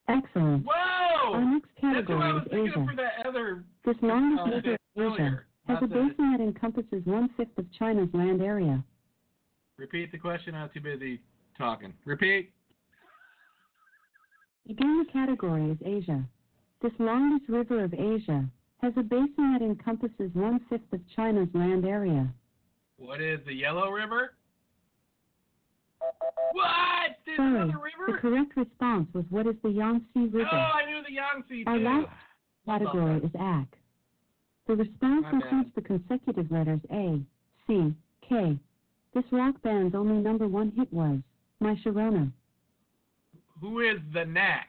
S4: Excellent.
S2: Whoa!
S4: Our next
S2: That's what I
S4: category
S2: was
S4: is
S2: thinking of
S4: Asia.
S2: for that other
S4: This
S2: uh,
S4: longest river, Asia,
S2: earlier.
S4: has a
S2: Not the-
S4: basin that encompasses one fifth of China's land area.
S2: Repeat the question. I was too busy talking. Repeat.
S4: Again, the category is Asia. This longest river of Asia has a basin that encompasses one fifth of China's land area.
S2: What is the Yellow River? What? There's
S4: Sorry,
S2: another
S4: the
S2: river?
S4: correct response was what is the Yangtze
S2: Oh,
S4: River?
S2: I knew the Yangtze
S4: Our
S2: too.
S4: last category is ACK. The response
S2: My bad.
S4: includes the consecutive letters A, C, K. This rock band's only number one hit was My Sharona.
S2: Who is the Knack?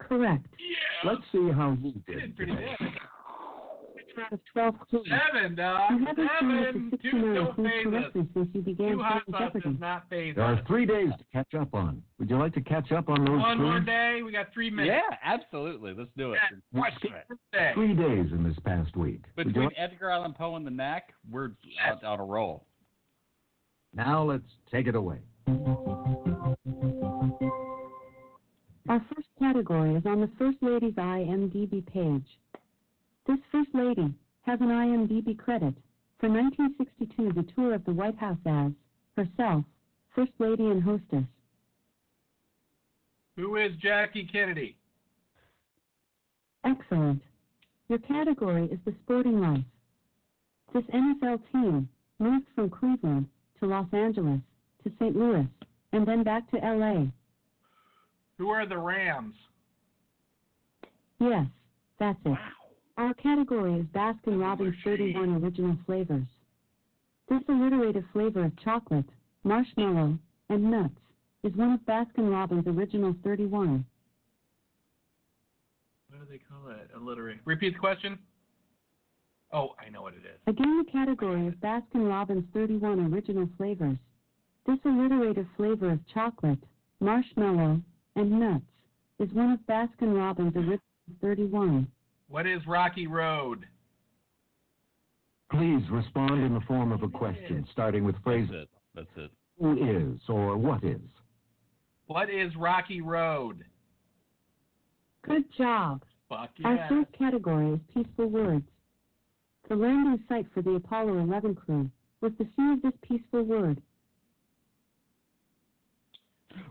S4: Correct.
S2: Yeah.
S6: Let's see how you
S2: You did
S6: did.
S2: pretty
S6: today.
S2: good.
S4: out of 12 clues.
S2: Seven, dog.
S4: You haven't
S2: Seven. Dude,
S4: come up to 69
S2: don't
S4: clues
S2: phase us.
S4: correctly since you began
S2: Two hot
S4: playing
S2: sauce does
S4: Jeopardy.
S2: not phase
S6: There are
S2: us.
S6: three days to catch up on. Would you like to catch up on those
S2: One
S6: clues?
S2: more day. We got three minutes.
S3: Yeah, absolutely. Let's do it.
S2: Yeah,
S3: Let's
S6: let's
S3: do
S6: do
S3: it.
S2: Yeah.
S6: Three days in this past week. Would you
S3: Between
S6: like-
S3: Edgar Allan Poe and the Knack, we're
S2: Yes.
S3: on, on a roll.
S6: Now let's take it away.
S4: Our first category is on the First Lady's IMDb page. This First Lady has an IMDb credit for 1962 the tour of the White House as herself, First Lady and hostess.
S2: Who is Jackie Kennedy?
S4: Excellent. Your category is the sporting life. This NFL team moved from Cleveland to Los Angeles to St. Louis and then back to LA.
S2: Who are the Rams?
S4: Yes, that's it. Our category is Baskin Robbins 31 original flavors. This alliterative flavor of chocolate, marshmallow, and nuts is one of Baskin Robbins' original 31.
S2: What do they call that? Alliterate. Repeat the question. Oh, I know what it is.
S4: Again, the category is Baskin Robbins 31 original flavors. This alliterative flavor of chocolate, marshmallow, and nuts is one of Baskin Robbins' original 31.
S2: What is Rocky Road?
S6: Please respond in the form of a question, starting with
S3: That's
S6: phrases
S3: it. That's it.
S6: who is or what is.
S2: What is Rocky Road?
S4: Good job.
S2: Fuck
S4: Our
S2: yeah.
S4: third category is peaceful words. The landing site for the Apollo 11 crew was the sea of this peaceful word.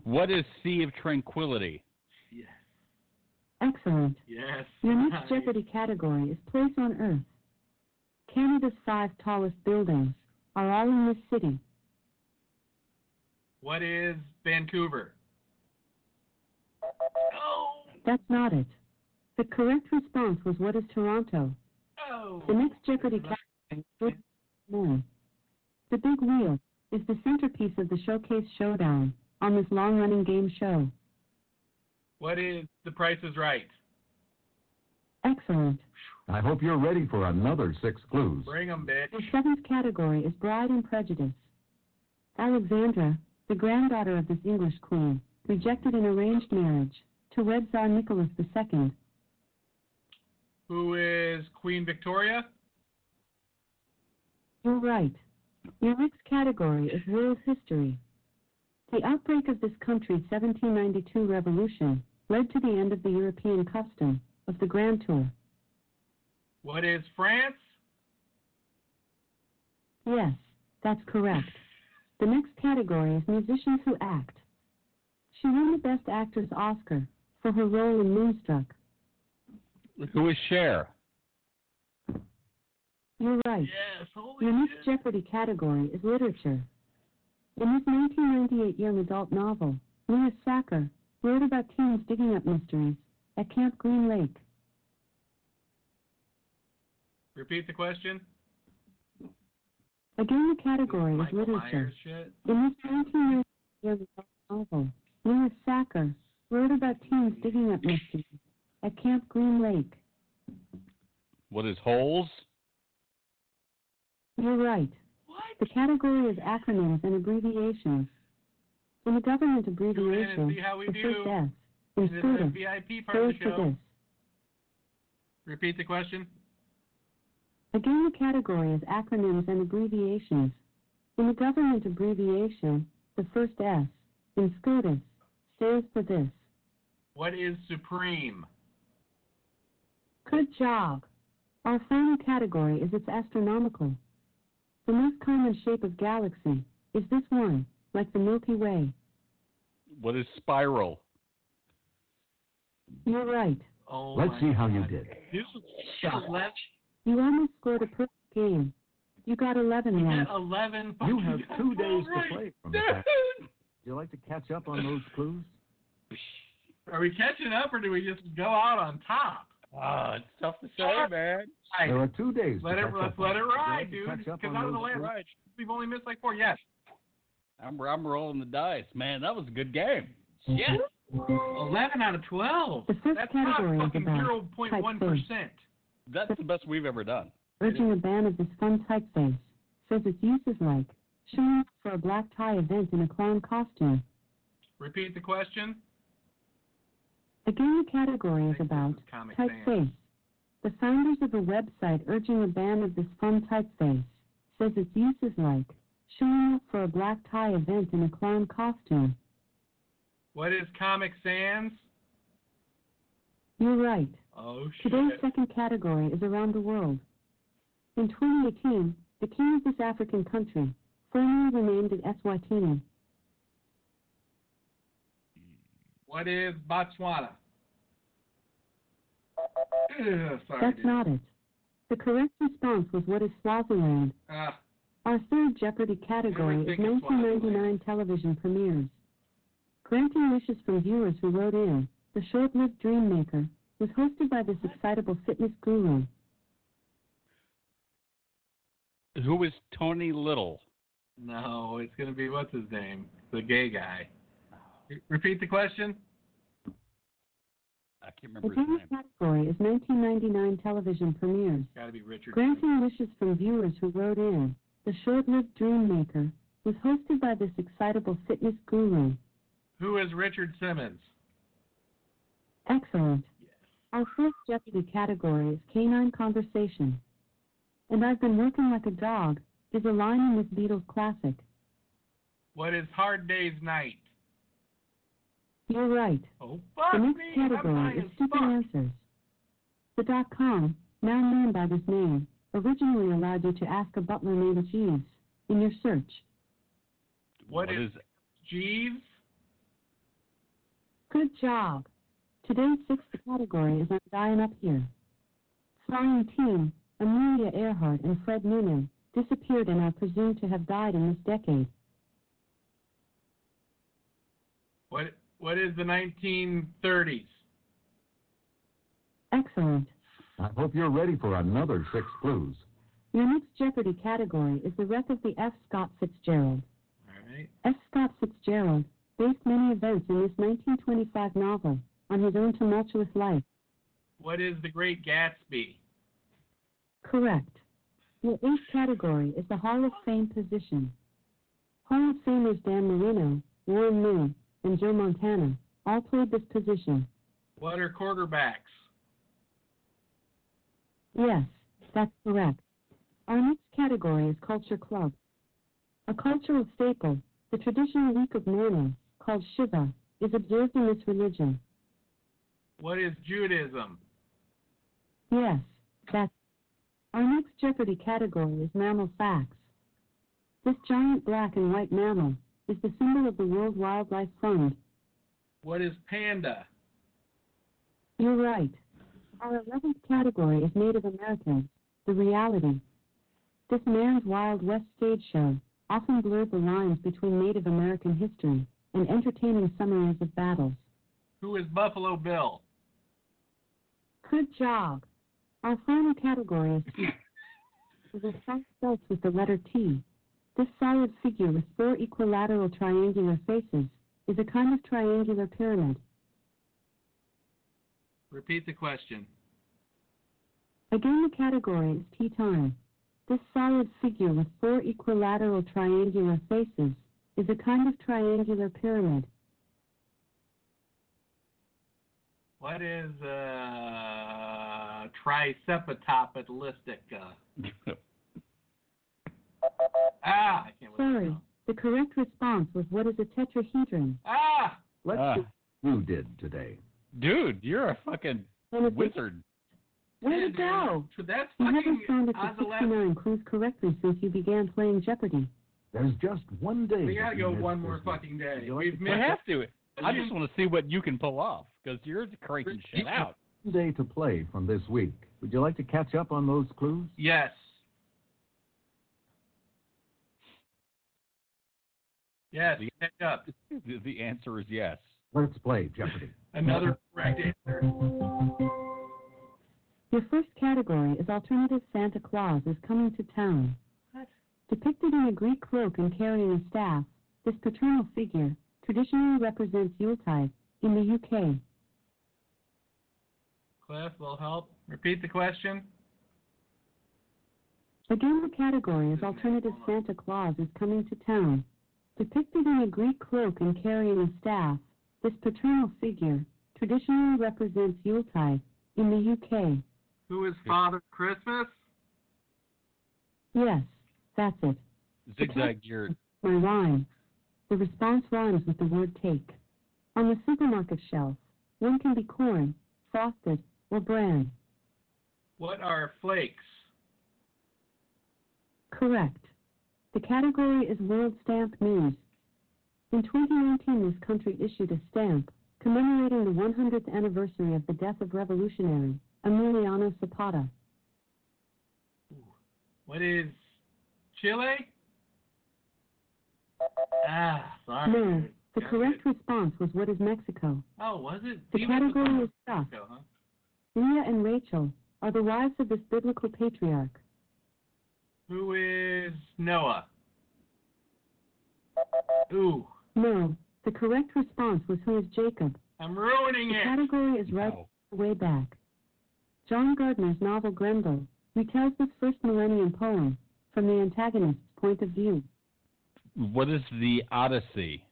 S3: What is Sea of Tranquility?
S2: Yes.
S4: Excellent.
S2: Yes.
S4: Your
S2: Nice.
S4: next Jeopardy category is place on Earth. Canada's five tallest buildings are all in this city.
S2: What is Vancouver? Oh,
S4: That's not it. The correct response was what is Toronto?
S2: oh.
S4: The next Jeopardy category is more. The Big Wheel is the centerpiece of the Showcase Showdown on this long running game show.
S2: What is The Price is Right?
S4: Excellent.
S6: I hope you're ready for another six clues.
S2: Bring 'em, bitch.
S4: The seventh category is Bride and Prejudice. Alexandra, the granddaughter of this English queen, rejected an arranged marriage to wed Tsar Nicholas II.
S2: Who is Queen Victoria?
S4: You're right. Your next category is world history. The outbreak of this country's 1792 revolution led to the end of the European custom of the Grand Tour.
S2: What is France?
S4: Yes, that's correct. The next category is musicians who act. She won the Best Actress Oscar for her role in Moonstruck.
S3: Who is Cher?
S4: You're right.
S2: Yes, holy
S4: Your next
S2: shit.
S4: Jeopardy category is literature. In his 1998 young adult novel, Lewis Sacker wrote about teens digging up mysteries at Camp Green Lake.
S2: Repeat the question.
S4: Again, the category is
S2: Michael
S4: literature.
S2: Myers shit.
S4: In his 1998 young adult novel, Lewis Sacker wrote about teens digging up mysteries at Camp Green Lake.
S3: What is Holes?
S4: You're right. The category is acronyms and abbreviations. In the
S2: in
S4: government
S2: and
S4: abbreviation,
S2: see how we
S4: the
S2: do.
S4: first S
S2: This is
S4: in
S2: E the
S4: SCUDA
S2: VIP part of
S4: goes
S2: the
S4: to
S2: show.
S4: this.
S2: Repeat the question.
S4: Again, the category is acronyms and abbreviations. In the government abbreviation, the first S in SCOTUS stands for this.
S2: What is Supreme?
S4: Good job. Our final category is its astronomical. The most common shape of galaxy is this one, like the Milky Way.
S3: What is Spiral?
S4: You're right.
S2: Oh,
S6: Let's
S2: my
S6: see how
S2: God.
S6: you did.
S2: This is left.
S4: You almost scored a perfect game. You got 11
S2: You
S4: right.
S2: got 11
S6: You
S2: fucking
S6: have two days to
S2: right.
S6: play. From the fact-
S2: Dude!
S6: Would you like to catch up on those clues?
S2: Are we catching up or do we just go out on top?
S3: Oh, it's tough to say, man.
S2: All
S6: There
S2: right.
S6: are two days.
S2: Let
S6: to
S2: it,
S6: catch
S2: let's
S6: up
S2: let
S6: on.
S2: it
S6: Would you like
S2: ride,
S6: to
S2: dude.
S6: catch
S2: Because
S6: up on
S2: out of the
S6: those
S2: land,
S6: clues?
S2: right. We've only missed like four. Yes.
S3: I'm, I'm rolling the dice. Man, that was a good game. Yes.
S2: 11 out of 12.
S4: The first
S2: That's
S4: category
S2: not
S4: is
S2: fucking
S4: about
S2: 0.1%.
S3: That's the best we've ever done.
S4: urging a ban of this fun typeface, says its use is like showing up for a black tie event in a clown costume.
S2: Repeat the question.
S4: Again, the category is
S2: Thanks,
S4: about
S2: this is Comic Sans.
S4: typeface. The founders of a website urging a ban of this fun typeface says its use is like showing up for a black tie event in a clown costume.
S2: What is Comic Sans?
S4: You're right.
S2: Oh shit.
S4: Today's second category is around the world. In 2018, the king of this African country, formerly renamed as Eswatini,
S2: What is Botswana? Ugh, Sorry,
S4: That's
S2: dude.
S4: not it. The correct response was what is Swaziland?
S2: Ah,
S4: Our third Jeopardy category is
S2: Everything is
S4: 1999 television premieres. Granting wishes from viewers who wrote in, the short-lived Dream Maker was hosted by this excitable fitness guru.
S3: Who is Tony Little?
S2: no, it's gonna be what's his name, the gay guy. Re- Repeat the question.
S3: I can't
S4: The
S3: remember his
S4: famous
S3: name.
S4: category is 1999 television premieres.
S2: Got to be Richard.
S4: Granting wishes from viewers who wrote in, the short-lived Dream Maker was hosted by this excitable fitness guru.
S2: Who is Richard Simmons?
S4: Excellent. Our first Jeopardy category is canine conversation. And I've been working like a dog is a line in this Beatles classic.
S2: What is Hard Day's Night?
S4: You're right.
S2: Oh fuck
S4: the
S2: me! I'm
S4: next
S2: high
S4: category
S2: as
S4: is stupid
S2: fuck.
S4: answers. The dot com, now known by this name, originally allowed you to ask a butler named Jeeves in your search.
S2: What
S3: what
S2: is-
S3: is,
S2: Jeeves.
S4: Good job. Today's sixth category is on Dying Up Here. Flying team, Amelia Earhart and Fred Noonan, disappeared and are presumed to have died in this decade.
S2: What What is the 1930s?
S4: Excellent.
S6: I hope you're ready for another six clues.
S4: Your next Jeopardy category is the wreck of the F. Scott Fitzgerald.
S2: All right.
S4: F. Scott Fitzgerald based many events in this 1925 novel on his own tumultuous life.
S2: What is the Great Gatsby?
S4: Correct. Your eighth category is the Hall of Fame position. Hall of Famers Dan Marino, Warren Moon, and Joe Montana all played this position.
S2: What are quarterbacks?
S4: Yes, that's correct. Our next category is Culture Club. A cultural staple, the traditional week of mourning, called Shiva, is observed in this religion.
S2: What is Judaism?
S4: Yes, that's. Our next Jeopardy category is mammal facts. This giant black and white mammal is the symbol of the World Wildlife Fund.
S2: What is panda?
S4: You're right. Our 11th category is Native Americans, the reality. This man's Wild West stage show often blurred the lines between Native American history and entertaining summaries of battles.
S2: Who is Buffalo Bill?
S4: Good job. Our final category is T. the song starts with the letter T. This solid figure with four equilateral triangular faces is a kind of triangular pyramid.
S2: Repeat the question.
S4: Again, the category is tea time. This solid figure with four equilateral triangular faces is a kind of triangular pyramid.
S2: What is uh, tricepitopitalistica? Ah, I can't believe
S4: Sorry, the correct response was what is a tetrahedron?
S2: Ah,
S6: Let's
S3: Ah.
S6: see what you did today.
S3: dude, you're a fucking
S4: And it's
S3: wizard.
S4: Way to
S2: dude,
S4: go!
S2: That's
S4: You haven't
S2: fucking
S4: sounded the
S2: Ozelette.
S4: 69 clues correctly since you began playing Jeopardy.
S6: There's just one day.
S2: We gotta
S6: that you
S2: go
S6: missed
S2: one
S6: this
S2: more
S6: week.
S2: fucking day.
S6: You like
S2: We've
S6: to
S3: We
S2: missed.
S3: have to. I
S2: You-
S3: just want to see what you can pull off because you're cranking shit out.
S6: One day to play from this week. Would you like to catch up on those clues?
S2: Yes. Yes.
S3: The-
S2: Pick up
S3: The, the answer is yes.
S6: Let's play Jeopardy.
S2: another correct answer.
S4: Your first category is alternative Santa Claus is coming to town. Depicted in a Greek cloak and carrying a staff, this paternal figure traditionally represents Yuletide in the UK.
S2: Cliff will help. Repeat the question.
S4: Again, the category is alternative Santa Claus is coming to town. Depicted in a Greek cloak and carrying a staff, this paternal figure traditionally represents Yuletide in the UK.
S2: Who is Father Christmas?
S4: Yes, that's it.
S3: Zigzag geared.
S4: My rhyme. The response rhymes with the word take. On the supermarket shelf, one can be corn, frosted, or bran.
S2: What are flakes?
S4: Correct. The category is World Stamp News. In 2019, this country issued a stamp commemorating the 100th anniversary of the death of revolutionary Emiliano Zapata.
S2: What is Chile? Ah, sorry.
S4: No, the
S2: Yeah,
S4: correct
S2: it-
S4: response was what is Mexico?
S2: Oh, was it?
S4: The
S2: Even if
S4: category
S2: it's-
S4: is stuff.
S2: Go, huh?
S4: Leah and Rachel are the wives of this biblical patriarch.
S2: Who is Noah? Ooh,
S4: No, the correct response was who is Jacob?
S2: I'm ruining
S4: The
S2: it.
S4: category is right
S3: No.
S4: way back. John Gardner's novel Grendel retells this first millennium poem from the antagonist's point of view.
S3: What is the Odyssey?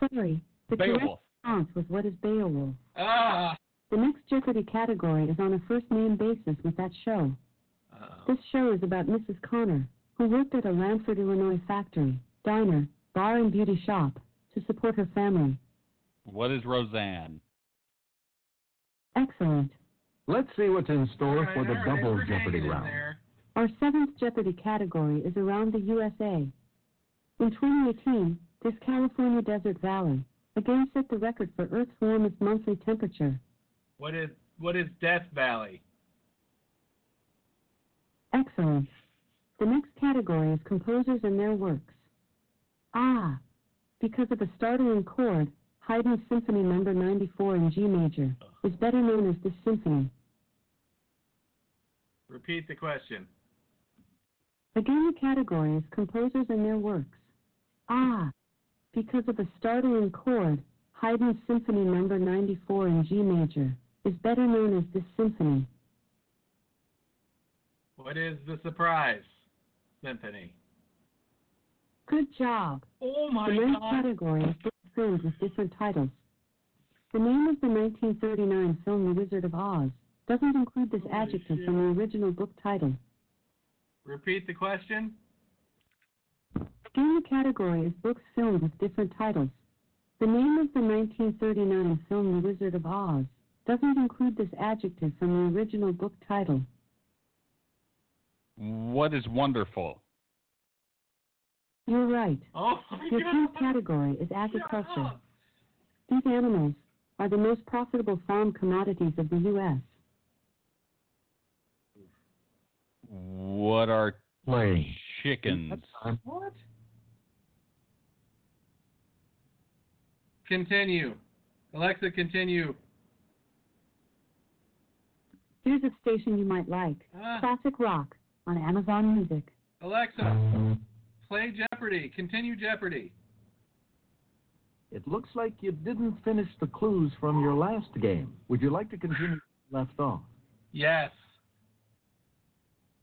S4: Sorry, the correct
S3: Beowulf.
S4: response was what is Beowulf?
S2: Ah.
S4: The next Jeopardy category is on a first name basis with that show.
S2: Uh-oh.
S4: This show is about Mrs. Connor, who worked at a Lanford, Illinois factory, diner, bar, and beauty shop to support her family.
S3: What is Roseanne?
S4: Excellent.
S6: Let's see what's in store for the
S2: All right,
S6: double
S2: we're hanging
S6: Jeopardy
S2: in
S6: round.
S2: there.
S4: Our seventh Jeopardy category is around the USA. In 2018, this California desert valley again set the record for Earth's warmest monthly temperature.
S2: What is what is Death Valley?
S4: Excellent. The next category is composers and their works. Ah, because of a startling chord, Haydn's Symphony Number 94 in G major is better known as this symphony.
S2: Repeat the question.
S4: Again, the category is composers and their works. Ah, because of a startling chord, Haydn's Symphony Number 94 in G major is better known as this symphony.
S2: What is the surprise symphony?
S4: Good job.
S2: Oh
S4: The
S2: my
S4: ninth
S2: god.
S4: category is book films with different titles. The name of the 1939 film The Wizard of Oz doesn't include this
S2: Holy
S4: adjective
S2: shit.
S4: from the original book title.
S2: Repeat the question.
S4: Again, the category is books filmed with different titles. The name of the 1939 film The Wizard of Oz doesn't include this adjective from the original book title.
S3: What is wonderful?
S4: You're right.
S2: Oh my
S4: Your tenth
S2: god.
S4: category is
S2: Shut
S4: agriculture.
S2: up.
S4: These animals are the most profitable farm commodities of the U.S.
S3: What are
S6: Play.
S3: chickens?
S6: What?
S2: Continue. Alexa, continue.
S4: Here's a station you might like
S2: Ah,
S4: Classic Rock on Amazon Music.
S2: Alexa, play Jeopardy. Continue Jeopardy.
S6: It looks like you didn't finish the clues from your last game. Would you like to continue where you left off?
S2: Yes.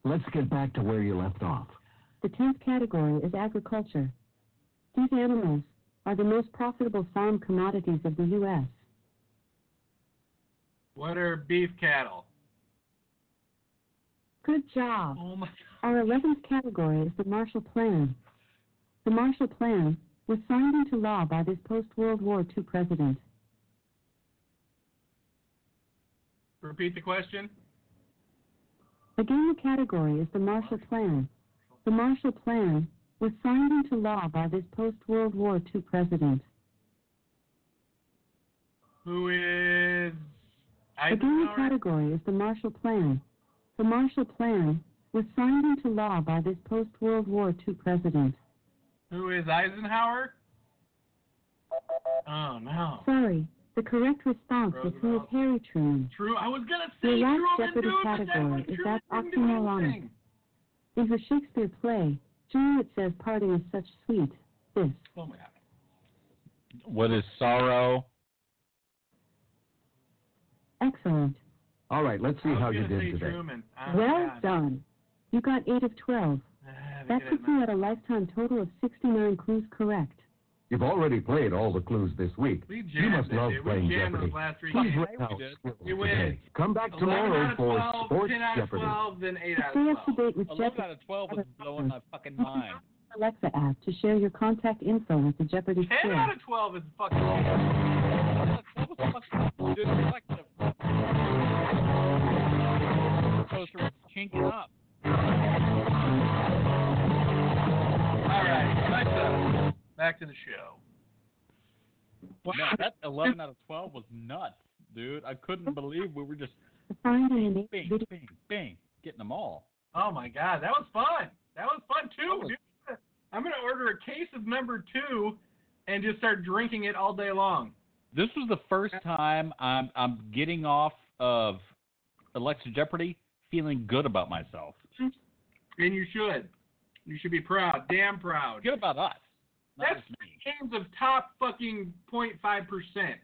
S6: Let's get back to where you left off.
S4: The tenth category is agriculture. These animals are the most profitable farm commodities of the U.S.
S2: What are beef cattle?
S4: Good job.
S2: Oh my
S4: Our 11th category is the Marshall Plan. The Marshall Plan was signed into law by this post World War II president.
S2: Repeat the question.
S4: Again, the category is the Marshall Plan. The Marshall Plan was signed into law by this post World War II president.
S2: Who is
S4: Again, the
S2: Eisenhower?
S4: category is the Marshall Plan. The Marshall Plan was signed into law by this post World War II president.
S2: Who is Eisenhower? Oh no.
S4: Sorry, the correct response was who is
S2: Roosevelt.
S4: Harry Truman.
S2: True. I was gonna
S4: The
S2: say
S4: last
S2: Truman,
S4: Jeopardy
S2: dude, but that one Truman
S4: category is
S2: didn't
S4: that
S2: do
S4: oxymoron.
S2: anything.
S4: In her Shakespeare play, Juliet says parting is such sweet. This.
S2: Oh my god.
S3: What is sorrow?
S4: Excellent.
S6: All right, let's see
S2: I was
S6: how you
S2: gonna say
S6: did today.
S2: Truman. Oh,
S4: Well
S2: God.
S4: done. You got 8 of 12.
S2: Ah, we
S4: That
S2: did it,
S4: puts
S2: man.
S4: you at a lifetime total of 69 clues correct.
S6: You've already played all the clues this week.
S2: We jammed
S6: You must
S2: it,
S6: love
S2: dude. We
S6: playing
S2: jammed
S6: Jeopardy.
S2: those last three
S6: Please
S2: games.
S6: rate
S3: we
S6: out
S3: did.
S6: skills
S2: You win.
S6: today. Come back
S2: 11
S6: tomorrow
S2: out
S6: for
S2: of 12,
S6: Sports
S2: 10 out of
S6: Jeopardy.
S2: 12, then 8 out
S4: Stay
S2: of
S4: up to
S2: 12.
S4: date with
S3: 11
S4: Jeopardy
S3: out of 12 was blowing my fucking mind.
S4: Alexa app to share your contact info with the Jeopardy
S2: 10
S4: store.
S2: out of 12 is fucking awful.
S3: That was fucking dude, it's like the- Closer was chinking up.
S2: All right, Alexa, back to the show.
S3: No, that 11 out of 12 was nuts, dude. I couldn't believe we were just
S4: To find and enable
S3: bing,
S4: video
S3: bing, bing, getting them all.
S2: Oh my god, that was fun. That was fun
S3: That
S2: too,
S3: was-
S2: dude. I'm gonna order a case of number two and just start drinking it all day long.
S3: This was the first time I'm I'm getting off of Alexa Jeopardy feeling good about myself.
S2: And you should. You should be proud. Damn proud.
S3: Good about us. Not
S2: That's
S3: just me.
S2: Games of top fucking 0.5 percent.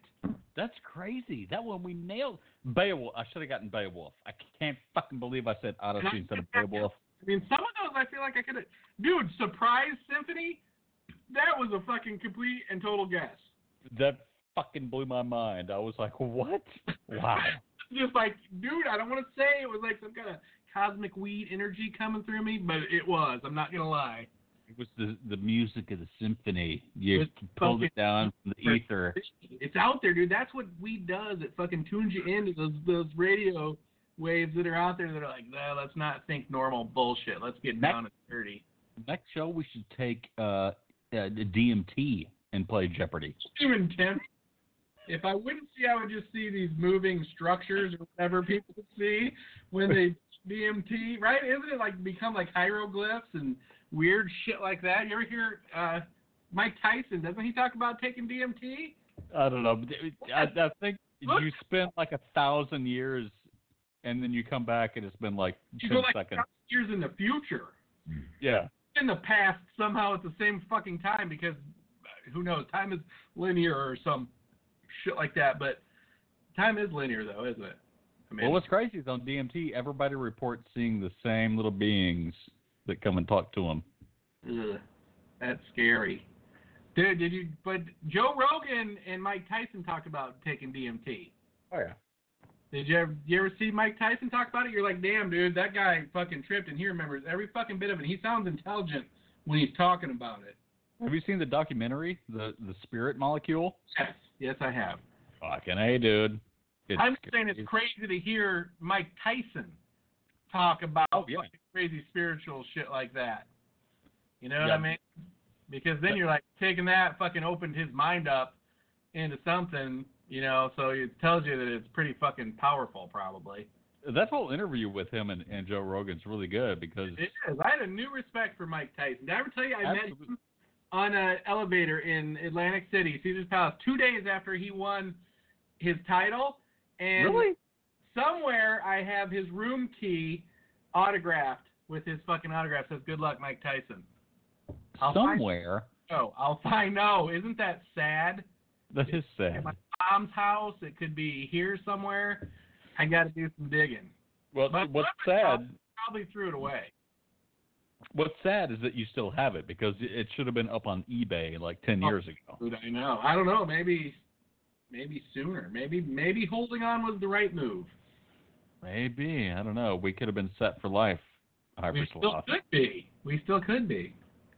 S3: That's crazy. That one we nailed. Beowulf. I should have gotten Beowulf. I can't fucking believe I said Odyssey
S2: And I-
S3: instead of Beowulf.
S2: I mean, some of those I feel like I could have. Dude, Surprise Symphony? That was a fucking complete and total guess.
S3: That fucking blew my mind. I was like, what? Wow.
S2: Just like, dude, I don't want to say it was like some kind of cosmic weed energy coming through me, but it was. I'm not going to lie.
S3: It was the the music of the symphony. You
S2: It's
S3: pulled
S2: fucking-
S3: it down from the ether.
S2: It's out there, dude. That's what weed does. It fucking tunes you into those, those radio waves that are out there that are like, nah, let's not think normal bullshit. Let's get
S3: Mac-
S2: down to dirty.
S3: Next show we should take uh, uh the DMT and play Jeopardy.
S2: too intense. If I wouldn't see, I would just see these moving structures or whatever people see when they DMT, right? Isn't it like become like hieroglyphs and weird shit like that? You ever hear uh, Mike Tyson? Doesn't he talk about taking DMT?
S3: I don't know. I, I think
S2: Look.
S3: you spend like a thousand years, and then you come back and it's been like
S2: You
S3: ten
S2: go like
S3: seconds.
S2: years in the future.
S3: Yeah.
S2: In the past, somehow at the same fucking time because uh, who knows? Time is linear or some shit like that. But time is linear though, isn't it? I mean,
S3: Well, what's crazy is on DMT, everybody reports seeing the same little beings that come and talk to them.
S2: Ugh, that's scary. Dude, did you? But Joe Rogan and Mike Tyson talked about taking DMT.
S3: Oh yeah.
S2: Did you ever, you ever see Mike Tyson talk about it? You're like, damn, dude, that guy fucking tripped, and he remembers every fucking bit of it. He sounds intelligent when he's talking about it.
S3: Have you seen the documentary, the the Spirit Molecule?
S2: Yes, yes, I have.
S3: Fucking a, dude. It's
S2: I'm just saying
S3: crazy.
S2: it's crazy to hear Mike Tyson talk about
S3: Oh, yeah.
S2: fucking crazy spiritual shit like that. You know what
S3: Yeah.
S2: I mean? Because then you're like taking that fucking opened his mind up into something, you know, so it tells you that it's pretty fucking powerful probably.
S3: that whole interview with him and, and Joe Rogan's really good because
S2: It is. I had a new respect for Mike Tyson. Did I ever tell you I met
S3: Absolute-
S2: him on an elevator in Atlantic City, Caesar's Palace, two days after he won his title and somewhere I have his room key autographed with his fucking autograph. Says "Good luck, Mike Tyson." I'll find-
S3: somewhere
S2: Oh, I'll find. No, isn't that sad?
S3: that is
S2: At
S3: sad.
S2: my mom's house. It could be here somewhere. I got to do some digging.
S3: Well,
S2: my-
S3: what's
S2: my-
S3: sad
S2: Probably threw it away.
S3: What's sad is that you still have it because it it should have been up on eBay like 10
S2: Oh.
S3: years ago.
S2: Dude, I know. I don't know. Maybe, maybe sooner. Maybe, maybe holding on was the right move.
S3: Maybe. I don't know. We could have been set for life.
S2: We
S3: Hyper
S2: still
S3: Sloth.
S2: could be. We still could be.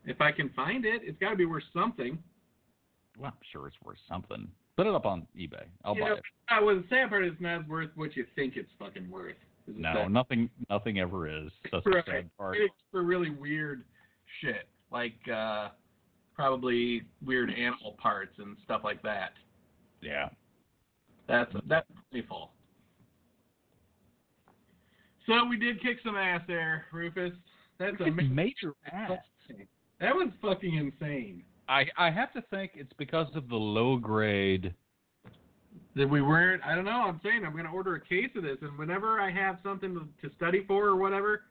S2: If I can find it, it's got to be worth something.
S3: Well, I'm sure it's worth something. Put it up on eBay. I'll
S2: You
S3: buy
S2: know,
S3: it.
S2: I was the sad part is it's not worth what you think it's fucking worth. Is the
S3: No,
S2: sad-
S3: nothing nothing ever is. That's
S2: Right.
S3: the sad part.
S2: It's for really weird shit, like uh, probably weird animal parts and stuff like that.
S3: Yeah.
S2: That's that's painful. So we did kick some ass there, Rufus. That's amazing.
S3: major ass.
S2: That was fucking insane.
S3: I, I have to think it's because of the low grade.
S2: that we weren't. I don't know. I'm saying I'm going to order a case of this, and whenever I have something to, to study for or whatever,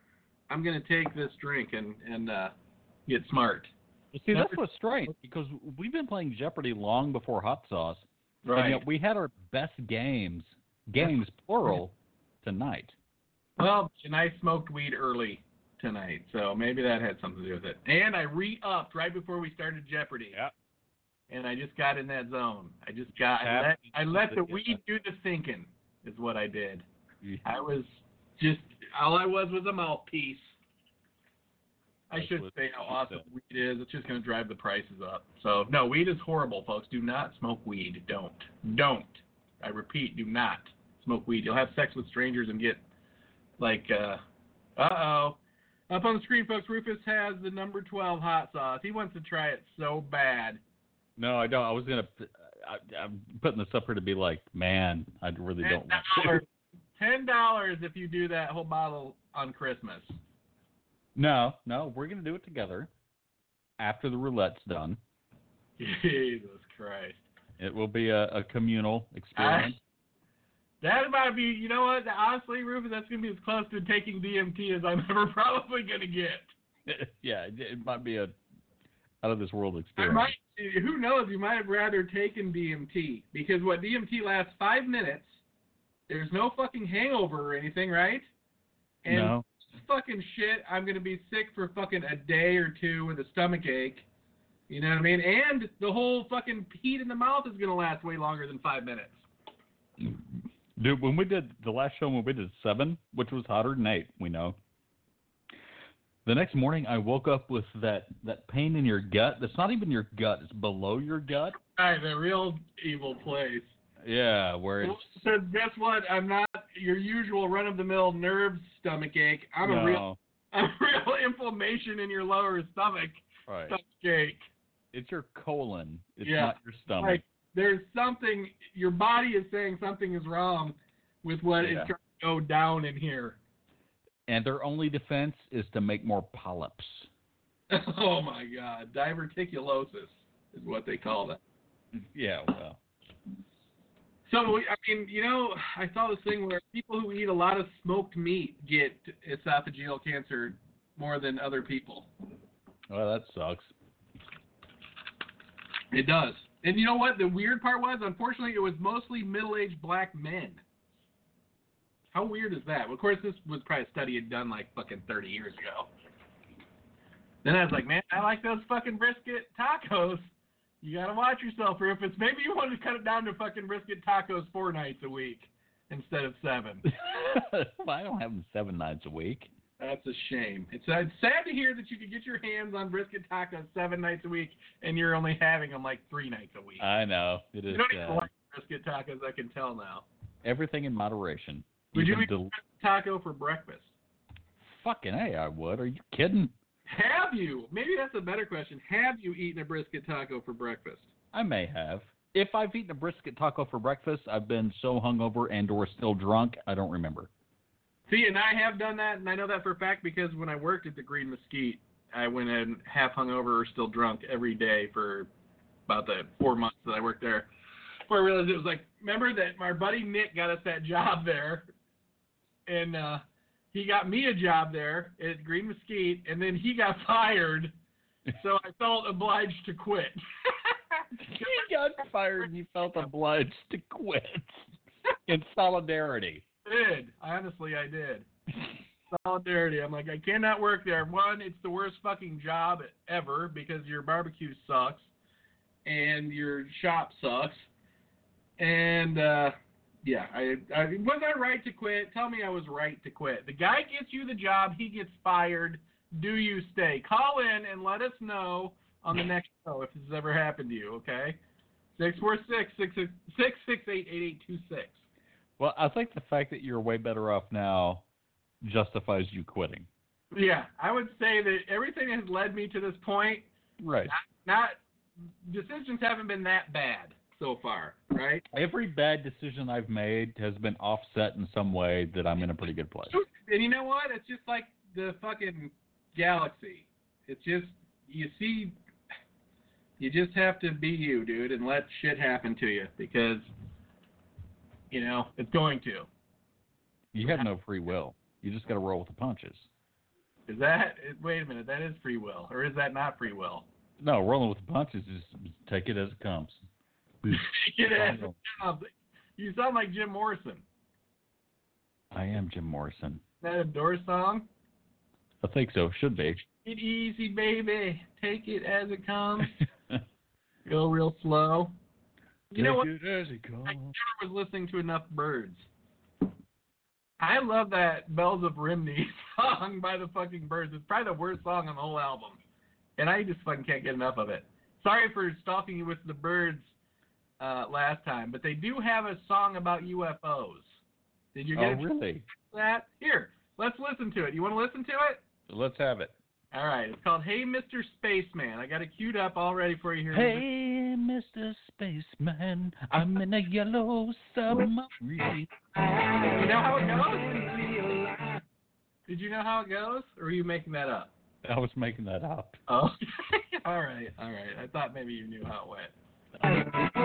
S2: I'm going to take this drink and and uh, get smart.
S3: See,
S2: Never-
S3: that's what's strange because we've been playing Jeopardy long before Hot Sauce. And yet we had our best games, games plural, tonight.
S2: Well, and I smoked weed early tonight, so maybe that had something to do with it. And I re-upped right before we started Jeopardy.
S3: Yeah.
S2: And I just got in that zone. I just got I
S3: Tab-
S2: let, I let the
S3: Yeah.
S2: weed do the thinking is what I did.
S3: You-
S2: I was just all I was was a mouthpiece. I
S3: That's
S2: should
S3: what
S2: say how
S3: she
S2: awesome weed is. It's just going to drive the prices up. So no, weed is horrible, folks. Do not smoke weed. Don't. Don't. I repeat, do not smoke weed. You'll have sex with strangers and get like uh uh oh. Up on the screen, folks. Rufus has the number twelve hot sauce. He wants to try it so bad.
S3: No, I don't. I was gonna. I, I'm putting this up here to be like, man, I really
S2: Ten
S3: don't.
S2: dollars.
S3: Want to.
S2: Ten dollars if you do that whole bottle on Christmas.
S3: No, no, we're gonna do it together. After the roulette's done,
S2: Jesus Christ.
S3: it will be a, a communal
S2: Ah.
S3: experience.
S2: That might be, you know what? Honestly, Rufus, that's gonna be as close to taking DMT as I'm ever probably gonna get.
S3: yeah, it, it might be a out of this world
S2: I
S3: experience.
S2: might, who knows? You might have rather taken DMT because what DMT lasts five minutes. There's no fucking hangover or anything, right? And
S3: no,
S2: this fucking shit, I'm gonna be sick for fucking a day or two with a stomach ache. You know what I mean? And the whole fucking heat in the mouth is gonna last way longer than five minutes.
S3: dude, when we did the last show, when we did seven, which was hotter than eight, we know. The next morning, I woke up with that that pain in your gut. That's not even your gut; it's below your gut.
S2: All right, the real evil place.
S3: Yeah, where it's
S2: Well, So guess what? I'm not your usual run-of-the-mill nerve stomach ache. I'm
S3: no,
S2: a real, I'm a real inflammation in your lower stomach
S3: right.
S2: stomach ache.
S3: It's your colon. It's
S2: Yeah.
S3: not your stomach.
S2: Like there's something your body is saying something is wrong with what is
S3: Yeah.
S2: trying to go down in here.
S3: And their only defense is to make more polyps.
S2: oh my God, diverticulosis is what they call that.
S3: Yeah, well.
S2: So we- I mean, you know, I saw this thing where people who eat a lot of smoked meat get esophageal cancer more than other people.
S3: Well, that sucks.
S2: It does. And you know what? The weird part was, unfortunately, it was mostly middle-aged black men. How weird is that? Well, of course, this was probably a study had done like fucking 30 years ago. Then I was like, man, I like those fucking brisket tacos. You gotta watch yourself, Rufus. Maybe you want to cut it down to fucking brisket tacos four nights a week instead of seven.
S3: well, I don't have them seven nights a week.
S2: That's a shame. It's, uh, it's sad to hear that you could get your hands on brisket tacos seven nights a week, and you're only having them like three nights a week.
S3: I know. It
S2: You
S3: is
S2: don't even
S3: uh,
S2: like brisket tacos, I can tell now.
S3: everything in moderation.
S2: Would you
S3: Even
S2: eat
S3: del-
S2: taco for breakfast?
S3: fucking hey, I would. Are you kidding?
S2: Have you? Maybe that's a better question. Have you eaten a brisket taco for breakfast?
S3: I may have. If I've eaten a brisket taco for breakfast, I've been so hungover and or still drunk, I don't remember.
S2: See, and I have done that, and I know that for a fact because when I worked at the Green Mesquite, I went in half hungover or still drunk every day for about the four months that I worked there. Before I realized it was like, remember that my buddy Nick got us that job there, and uh, he got me a job there at Green Mesquite, and then he got fired, so I felt obliged to quit.
S3: He got fired and he felt obliged to quit in solidarity.
S2: did. Honestly, I did. Solidarity. I'm like, I cannot work there. One, it's the worst fucking job ever because your barbecue sucks and your shop sucks. And, uh, yeah, I, I was I right to quit? Tell me I was right to quit. The guy gets you the job, he gets fired. Do you stay? Call in and let us know on the next show if this has ever happened to you, okay? 646 668 8826.
S3: Well, I think the fact that you're way better off now justifies you quitting.
S2: Yeah, I would say that everything has led me to this point.
S3: Right.
S2: Not decisions haven't been that bad so far, right?
S3: Every bad decision I've made has been offset in some way that I'm in a pretty good place.
S2: And you know what? It's just like the fucking galaxy. It's just you see, you just have to be you, dude, and let shit happen to you because you know it's going to.
S3: You have no free will. You just got to roll with the punches.
S2: Is that? Wait a minute. That is free will, or is that not free will?
S3: No, rolling with the punches is take it as it comes.
S2: Get out. You sound like Jim Morrison.
S3: I am Jim Morrison.
S2: that a Doors song?
S3: I think so. Should be.
S2: Take it easy, baby. Take it as it comes. Go real slow. You know what? I never was listening to enough birds. I love that Bells of Rimney song by the fucking birds. It's probably the worst song on the whole album. And I just fucking can't get enough of it. Sorry for stalking you with the birds uh, last time, but they do have a song about UFOs. Did you get
S3: Oh,
S2: a chance
S3: really?
S2: to that? Here, let's listen to it. You want to listen to it?
S3: Let's have it.
S2: All right. It's called Hey Mr. Spaceman. I got it queued up all ready for you here.
S3: Hey, Mr. Spaceman, I'm in a yellow submarine.
S2: You know how it goes? Did you know how it goes? Or are you making that up?
S3: I was making that up.
S2: Oh. all right, all right. I thought maybe you knew how it went.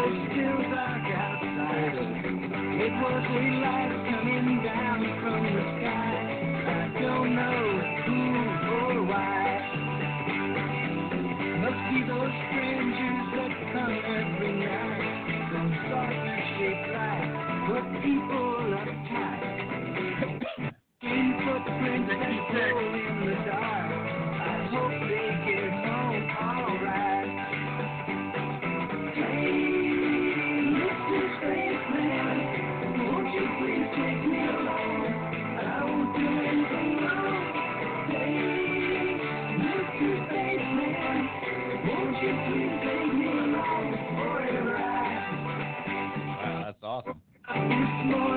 S3: Wow, that's awesome.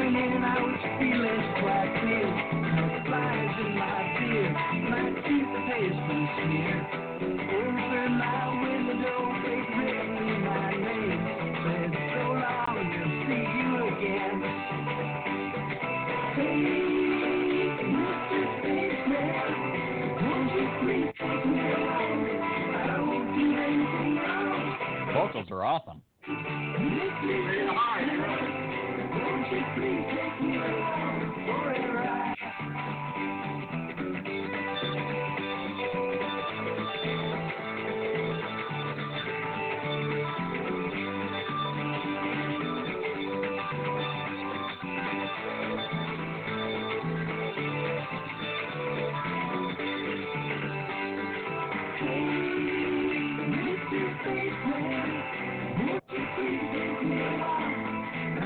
S3: Vocals are awesome.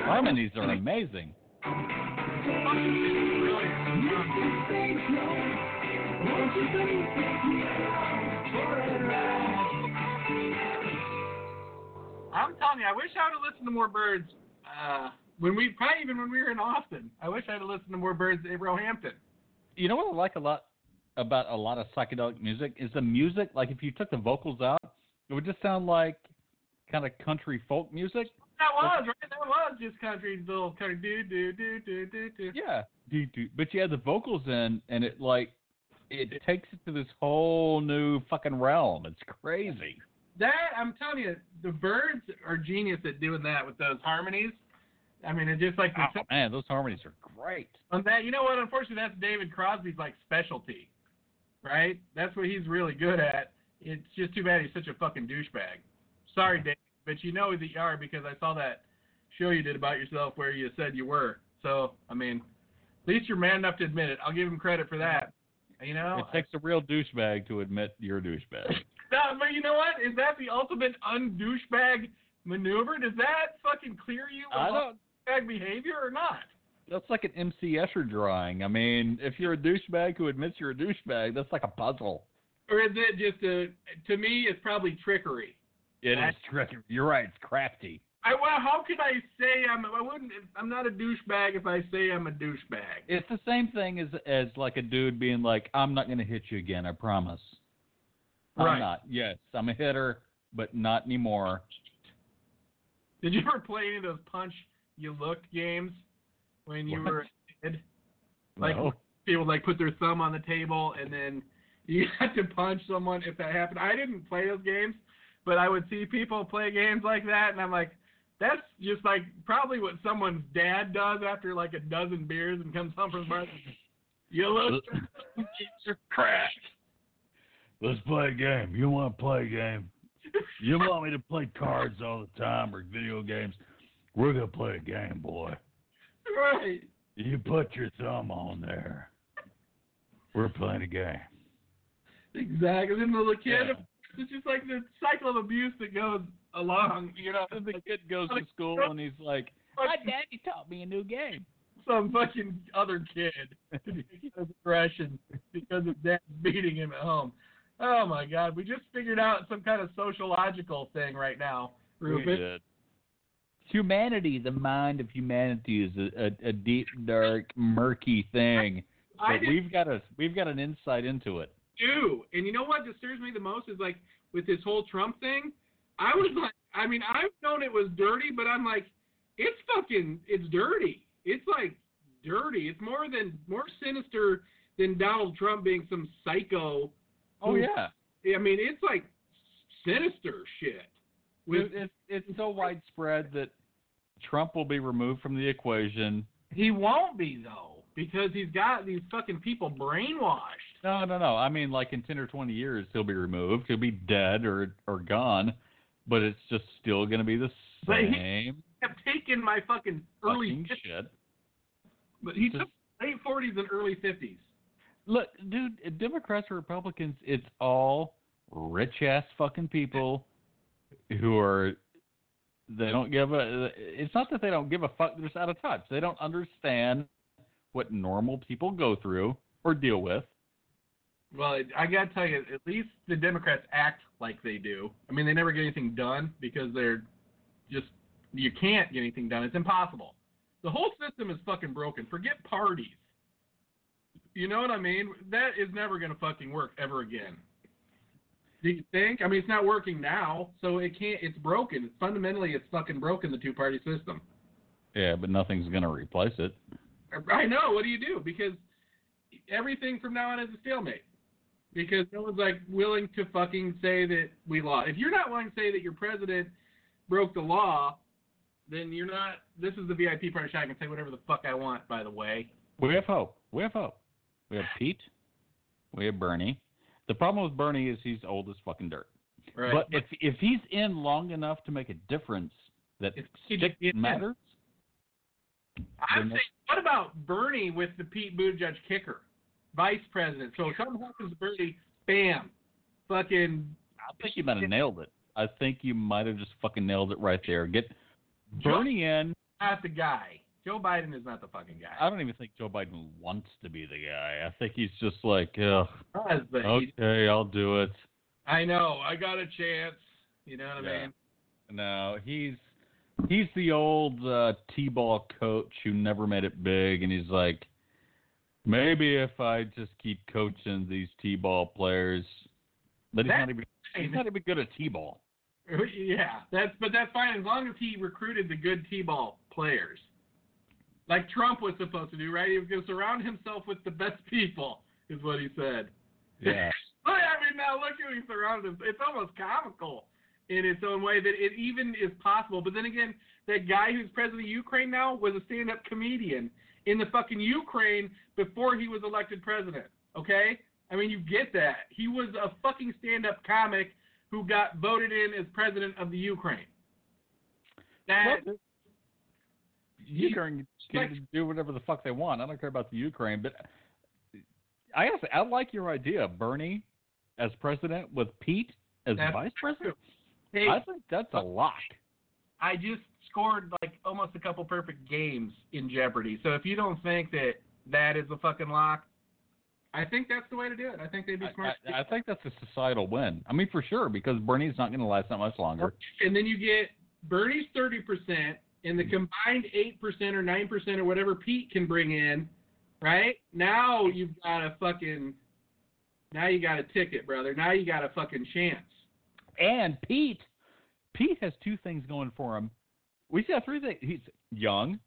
S3: Harmonies are amazing.
S2: I'm telling you, I wish I would have listened to more birds. Uh, when we probably even when we were in Austin, I wish I'd have listened to more birds at Roehampton.
S3: You know what I like a lot about a lot of psychedelic music is the music. Like if you took the vocals out, it would just sound like kind of country folk music.
S2: That was right. That was just country little country do do do do do do.
S3: Yeah. Do, do. But you add the vocals in, and it like it takes it to this whole new fucking realm. It's crazy.
S2: That I'm telling you, the birds are genius at doing that with those harmonies. I mean, it's just like the,
S3: Oh, man, those harmonies are great.
S2: on that. You know what? Unfortunately, that's David Crosby's like specialty, right? That's what he's really good at. It's just too bad he's such a fucking douchebag. Sorry, Dave, but you know that you are because I saw that show you did about yourself where you said you were. So I mean, at least you're man enough to admit it. I'll give him credit for that. You know,
S3: It takes a real douchebag to admit you're a douchebag.
S2: No, but you know what? Is that the ultimate undouchebag maneuver? Does that fucking clear you
S3: I
S2: of
S3: don't.
S2: douchebag behavior or not?
S3: That's like an MC Escher drawing. I mean, if you're a douchebag who admits you're a douchebag, that's like a puzzle.
S2: Or is it just a? To me, it's probably trickery.
S3: It
S2: That-
S3: is tricky. You're right. It's crafty.
S2: I well, how could I say I'm? I wouldn't. I'm not a douchebag if I say I'm a douchebag.
S3: It's the same thing as as like a dude being like, "I'm not going to hit you again. I promise."
S2: Right.
S3: I'm not. Yes, I'm a hitter, but not anymore.
S2: Did you ever play any of those punch you looked games when you
S3: What?
S2: were a kid? Like
S3: No.
S2: people like put their thumb on the table and then you had to punch someone if that happened. I didn't play those games, but I would see people play games like that and I'm like, that's just like probably what someone's dad does after like a dozen beers and comes home from the bar. You look you're cracked.
S7: Let's play a game. You want to play a game? You want me to play cards all the time or video games? We're going to play a game, boy.
S2: Right.
S7: You put your thumb on there. We're playing a game.
S2: Exactly. And then the kid,
S7: Yeah.
S2: it's just like the cycle of abuse that goes along. You know,
S3: the kid goes to school and he's like, "My daddy taught me a new game."
S2: some fucking other kid because of aggression because of dad beating him at home. Oh my God, we just figured out some kind of sociological thing right now, Rufus.
S3: Humanity, the mind of humanity, is a, a, a deep, dark, murky thing.
S2: I
S3: But
S2: just
S3: we've got a we've got an insight into it.
S2: do, and you know what disturbs me the most is like with this whole Trump thing. I was like, I mean, I've known it was dirty, but I'm like, it's fucking, it's dirty. It's like dirty. It's more than more sinister than Donald Trump being some psycho.
S3: Oh
S2: who-
S3: yeah,
S2: I mean, it's like sinister shit. With
S3: It- it's it's so widespread that Trump will be removed from the equation.
S2: he won't be though because he's got these fucking people brainwashed.
S3: No, no, no. I mean, like in ten or twenty years, he'll be removed. He'll be dead or or gone, but it's just still gonna be the
S2: But he-
S3: same
S2: Have taken my fucking early,
S3: fucking
S2: 50s,
S3: shit.
S2: but he
S3: Just-
S2: took late forties and early fifties.
S3: Look, dude, Democrats or Republicans, it's all rich ass fucking people who are they don't give a. It's not that they don't give a fuck. They're just out of touch. They don't understand what normal people go through or deal with.
S2: Well, it, I gotta tell you, at least the Democrats act like they do. I mean, they never get anything done because they're just you can't get anything done. It's impossible. The whole system is fucking broken. Forget parties. You know what I mean? That is never gonna fucking work ever again. Do you think? I mean, it's not working now, so it can't. It's broken. Fundamentally, it's fucking broken. The two-party system.
S3: Yeah, but nothing's gonna replace it.
S2: I know. What do you do? Because everything from now on is a stalemate. Because no one's like willing to fucking say that we lost. If you're not willing to say that your president broke the law, then you're not. This is the VIP party. show. I can say whatever the fuck I want. By the way,
S3: We have hope. We have hope. We have Pete. We have Bernie. The problem with Bernie is he's old as fucking dirt.
S2: right?
S3: But if if he's in long enough to make a difference that
S2: If he
S3: stick
S2: gets in.
S3: matters,
S2: I'm saying, what about Bernie with the Pete Buttigieg kicker, vice president? So if something happens to Bernie, bam, fucking
S3: I think you might have nailed it. I think you might have just fucking nailed it right there. Get Bernie in.
S2: not the guy. Joe Biden is not the fucking guy.
S3: I don't even think Joe Biden wants to be the guy. I think he's just like, Ugh,
S2: Husband.
S3: okay, I'll do it.
S2: I know. I got a chance. You know what I
S3: Yeah.
S2: mean?
S3: No, he's he's the old uh, t-ball coach who never made it big, and he's like, maybe if I just keep coaching these t-ball players, but he's
S2: That-
S3: not even he's not even good at t-ball.
S2: yeah, that's but that's fine as long as he recruited the good t-ball players, like Trump was supposed to do, right? He was going to surround himself with the best people, is what he said.
S3: Yeah,
S2: But I mean, now look who he surrounded. him- It's almost comical in its own way that it even is possible. But then again, that guy who's president of Ukraine now was a stand-up comedian in the fucking Ukraine before he was elected president. Okay, I mean, you get that. He was a fucking stand-up comic who got voted in as president of the Ukraine. That
S3: Ukraine
S2: like-
S3: can do whatever the fuck they want. I don't care about the Ukraine, but I honestly I like your idea, Bernie as president with Pete as
S2: That's
S3: vice president.
S2: hey,
S3: I think that's a lock.
S2: I just scored like almost a couple perfect games in Jeopardy. So if you don't think that that is a fucking lock, I think that's the way to do it. I think they'd be
S3: I,
S2: smart.
S3: I- I think that's a societal win. I mean, for sure, because Bernie's not going to last that much longer.
S2: and then you get Bernie's 30% and the combined 8% or 9% or whatever Pete can bring in, right? Now you've got a fucking now you got a ticket, brother. Now you got a fucking chance.
S3: And Pete, Pete has two things going for him. We see three things. He's young,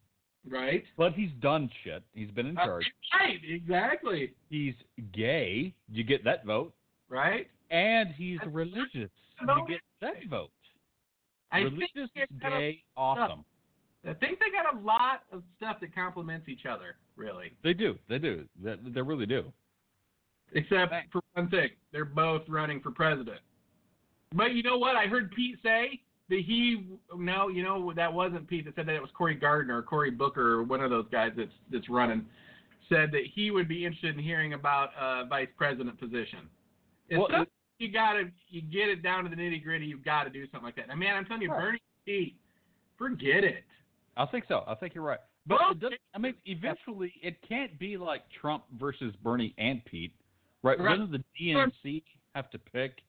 S2: Right?
S3: but he's done shit. He's been in
S2: Uh,
S3: charge.
S2: Right, exactly.
S3: He's gay. You get that vote.
S2: Right?
S3: And he's religious. You get that vote.
S2: I think
S3: religious,
S2: they're kind of-
S3: gay, awesome.
S2: I think they got a lot of stuff that complements each other, really.
S3: They do. They do. They, they really do.
S2: Except for one thing, they're both running for president. But you know what? I heard Pete say the he no, you know that wasn't Pete that said that it was Cory Gardner or Cory Booker or one of those guys that's that's running said that he would be interested in hearing about uh, vice president position. It's
S3: Well,
S2: something you gotta you get it down to the nitty gritty. You've got to do something like that. And man, I'm telling you,
S3: Sure.
S2: Bernie Pete, forget it.
S3: I think so. I think you're right. But
S2: Well,
S3: it doesn't, I mean, eventually, it can't be like Trump versus Bernie and Pete, right?
S2: Right.
S3: Doesn't the DNC have to pick,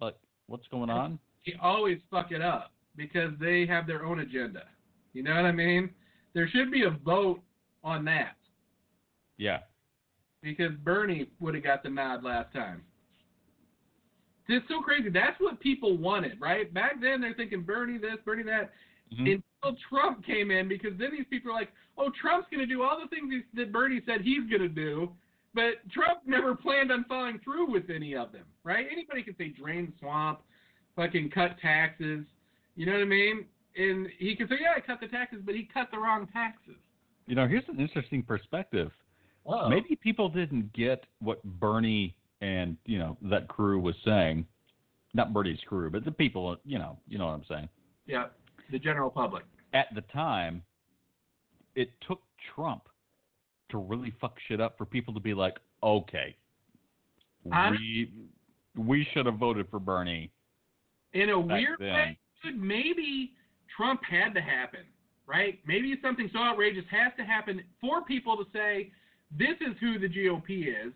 S3: like, what's going on?
S2: they always fuck it up because they have their own agenda. You know what I mean? There should be a vote on that
S3: Yeah.
S2: because Bernie would have got the nod last time. It's so crazy. That's what people wanted, right? Back then, they're thinking Bernie this, Bernie that.
S3: Mhm.
S2: Until Trump came in, because then these people are like, "Oh, Trump's going to do all the things he- that Bernie said he's going to do," but Trump never planned on following through with any of them, right? Anybody can say drain the swamp, fucking cut taxes, you know what I mean? And he can say, "Yeah, I cut the taxes," but he cut the wrong taxes.
S3: You know, here's an interesting perspective. Maybe people didn't get what Bernie and you know that crew was saying. Not Bernie's crew, but the people. You know, you know what I'm saying.
S2: Yeah, the general public.
S3: At the time, it took Trump to really fuck shit up for people to be like, okay,
S2: Hon-
S3: we we should have voted for Bernie.
S2: in a
S3: back
S2: weird
S3: then.
S2: way, dude, maybe Trump had to happen, right? Maybe something so outrageous has to happen for people to say, this is who the GOP is.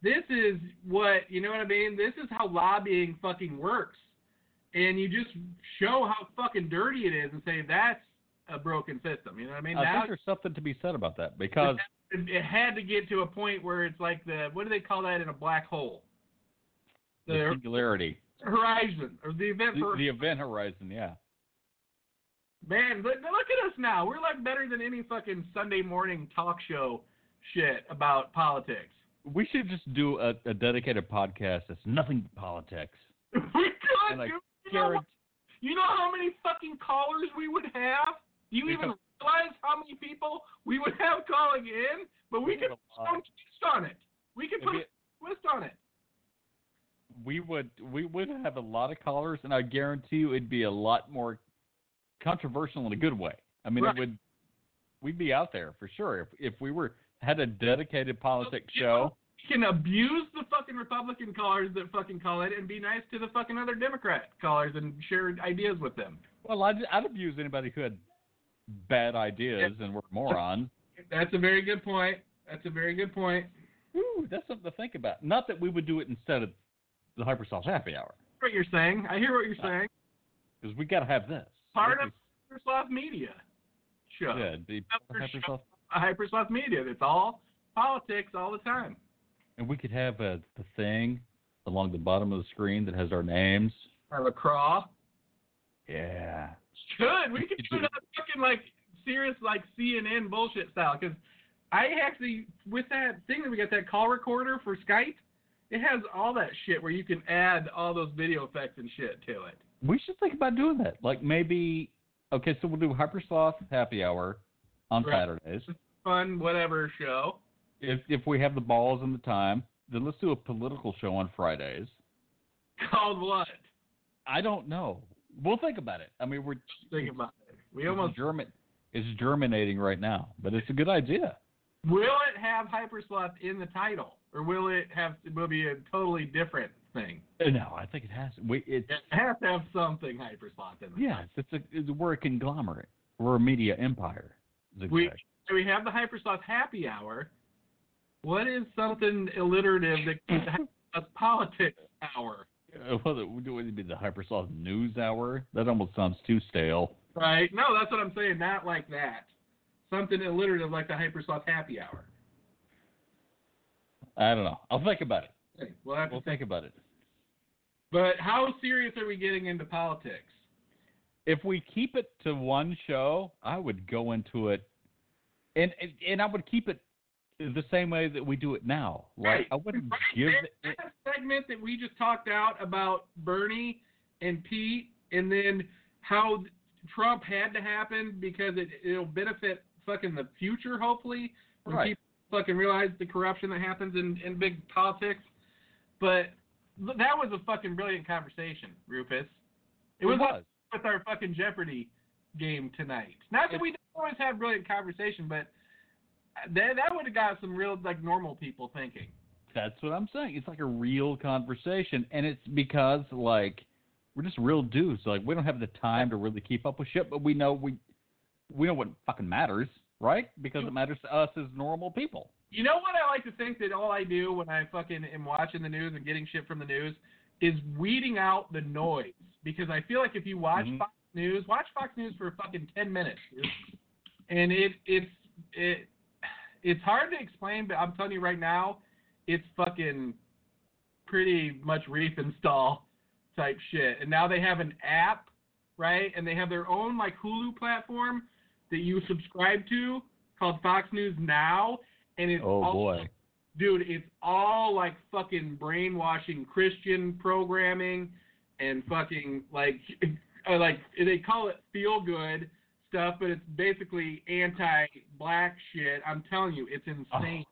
S2: This is what, you know what I mean? This is how lobbying fucking works. And you just show how fucking dirty it is and say, that's a broken system. You know what I mean?
S3: I
S2: now
S3: think there's something to be said about that because
S2: it had to get to a point where it's like the, what do they call that in a black hole?
S3: the
S2: The
S3: singularity,
S2: horizon or the event
S3: the,
S2: for
S3: the event horizon, yeah.
S2: Man, but but look at us now. We're like better than any fucking Sunday morning talk show shit about politics.
S3: We should just do a, a dedicated podcast that's nothing but politics.
S2: We could,
S3: And, like,
S2: dude. You know,
S3: Guaran-
S2: what- you know how many fucking callers we would have? Do you even realize how many people we would have calling in? But we
S3: It
S2: could
S3: was
S2: put
S3: a
S2: our own
S3: lot.
S2: twist on it. We could
S3: It'd
S2: put
S3: be-
S2: a twist on it.
S3: we would we would have a lot of callers, and I guarantee you it'd be a lot more controversial in a good way. I mean,
S2: Right.
S3: it would we'd be out there for sure if if we were had a dedicated politics
S2: You
S3: show.
S2: know, We can abuse the fucking Republican callers that fucking call in and be nice to the fucking other Democrat callers and share ideas with them.
S3: Well, I'd, I'd abuse anybody who had bad ideas and were morons.
S2: That's a very good point. That's a very good point.
S3: Ooh, that's something to think about. Not that we would do it instead of the Hypersoft Happy Hour,
S2: what you're saying. I hear what you're saying.
S3: because we got to have this.
S2: Part
S3: This
S2: of Hypersoft Media show.
S3: is- yeah, the
S2: Hyper
S3: Hypersoft,
S2: Hypersoft Media. It's all politics all the time.
S3: and we could have a the thing along the bottom of the screen that has our names.
S2: Or lacrosse.
S3: Yeah.
S2: Good. We could
S3: It's
S2: do
S3: a-
S2: it on fucking like serious like CNN bullshit style. Because I actually with that thing that we got that call recorder for Skype, it has all that shit where you can add all those video effects and shit to it.
S3: We should think about doing that. Like maybe, okay, so we'll do Hypersoft Happy Hour on
S2: Right.
S3: Saturdays.
S2: Fun whatever show.
S3: If if we have the balls and the time, then let's do a political show on Fridays.
S2: Called what?
S3: I don't know. We'll think about it. I mean, we're
S2: Think about it. We
S3: it's
S2: almost
S3: germin- it's germinating right now, but it's a good idea.
S2: Will it have hypersloth in the title, or will it have will it be a totally different thing?
S3: Uh, No, I think it has. We it's
S2: It has to have something hypersloth in the
S3: yeah, it's a it's, we're a conglomerate. We're a media empire. Zigzag.
S2: We so we have the hypersloth happy hour. What is something alliterative that could have a politics hour?
S3: Uh, well, it would it would be the Hypersoft News Hour. That almost sounds too stale.
S2: Right? No, that's what I'm saying. Not like that. Something alliterative like the hypersloth happy hour.
S3: I don't know. I'll think about it.
S2: Okay, we'll have to
S3: We'll think about it.
S2: But how serious are we getting into politics?
S3: If we keep it to one show, I would go into it, and and, and I would keep it the same way that we do it now. Like
S2: Right.
S3: I wouldn't
S2: Right
S3: give.
S2: there,
S3: the-
S2: that segment that we just talked out about Bernie and Pete, and then how th- Trump had to happen because it it'll benefit fucking the future, hopefully, when
S3: Right.
S2: people fucking realize the corruption that happens in in big politics. But th- that was a fucking brilliant conversation, Rufus. It was,
S3: was.
S2: like with our fucking Jeopardy game tonight. Not that we don't always have brilliant conversation, but that that would have got some real like normal people thinking.
S3: That's what I'm saying. It's like a real conversation, and it's because like we're just real dudes. Like we don't have the time to really keep up with shit, but we know we we know what fucking matters, right? Because it matters to us as normal people.
S2: You know what I like to think that all I do when I fucking am watching the news and getting shit from the news is weeding out the noise because I feel like if you watch
S3: Mhm.
S2: Fox News, watch Fox News for fucking ten minutes, and it it's it it's hard to explain, but I'm telling you right now, it's fucking pretty much reef install type shit. And now they have an app, right? And they have their own like Hulu platform that you subscribe to called Fox News Now, and it's
S3: Oh,
S2: all dude, it's all like fucking brainwashing Christian programming and fucking like uh, like they call it feel good stuff, but it's basically anti black shit. I'm telling you, it's insane.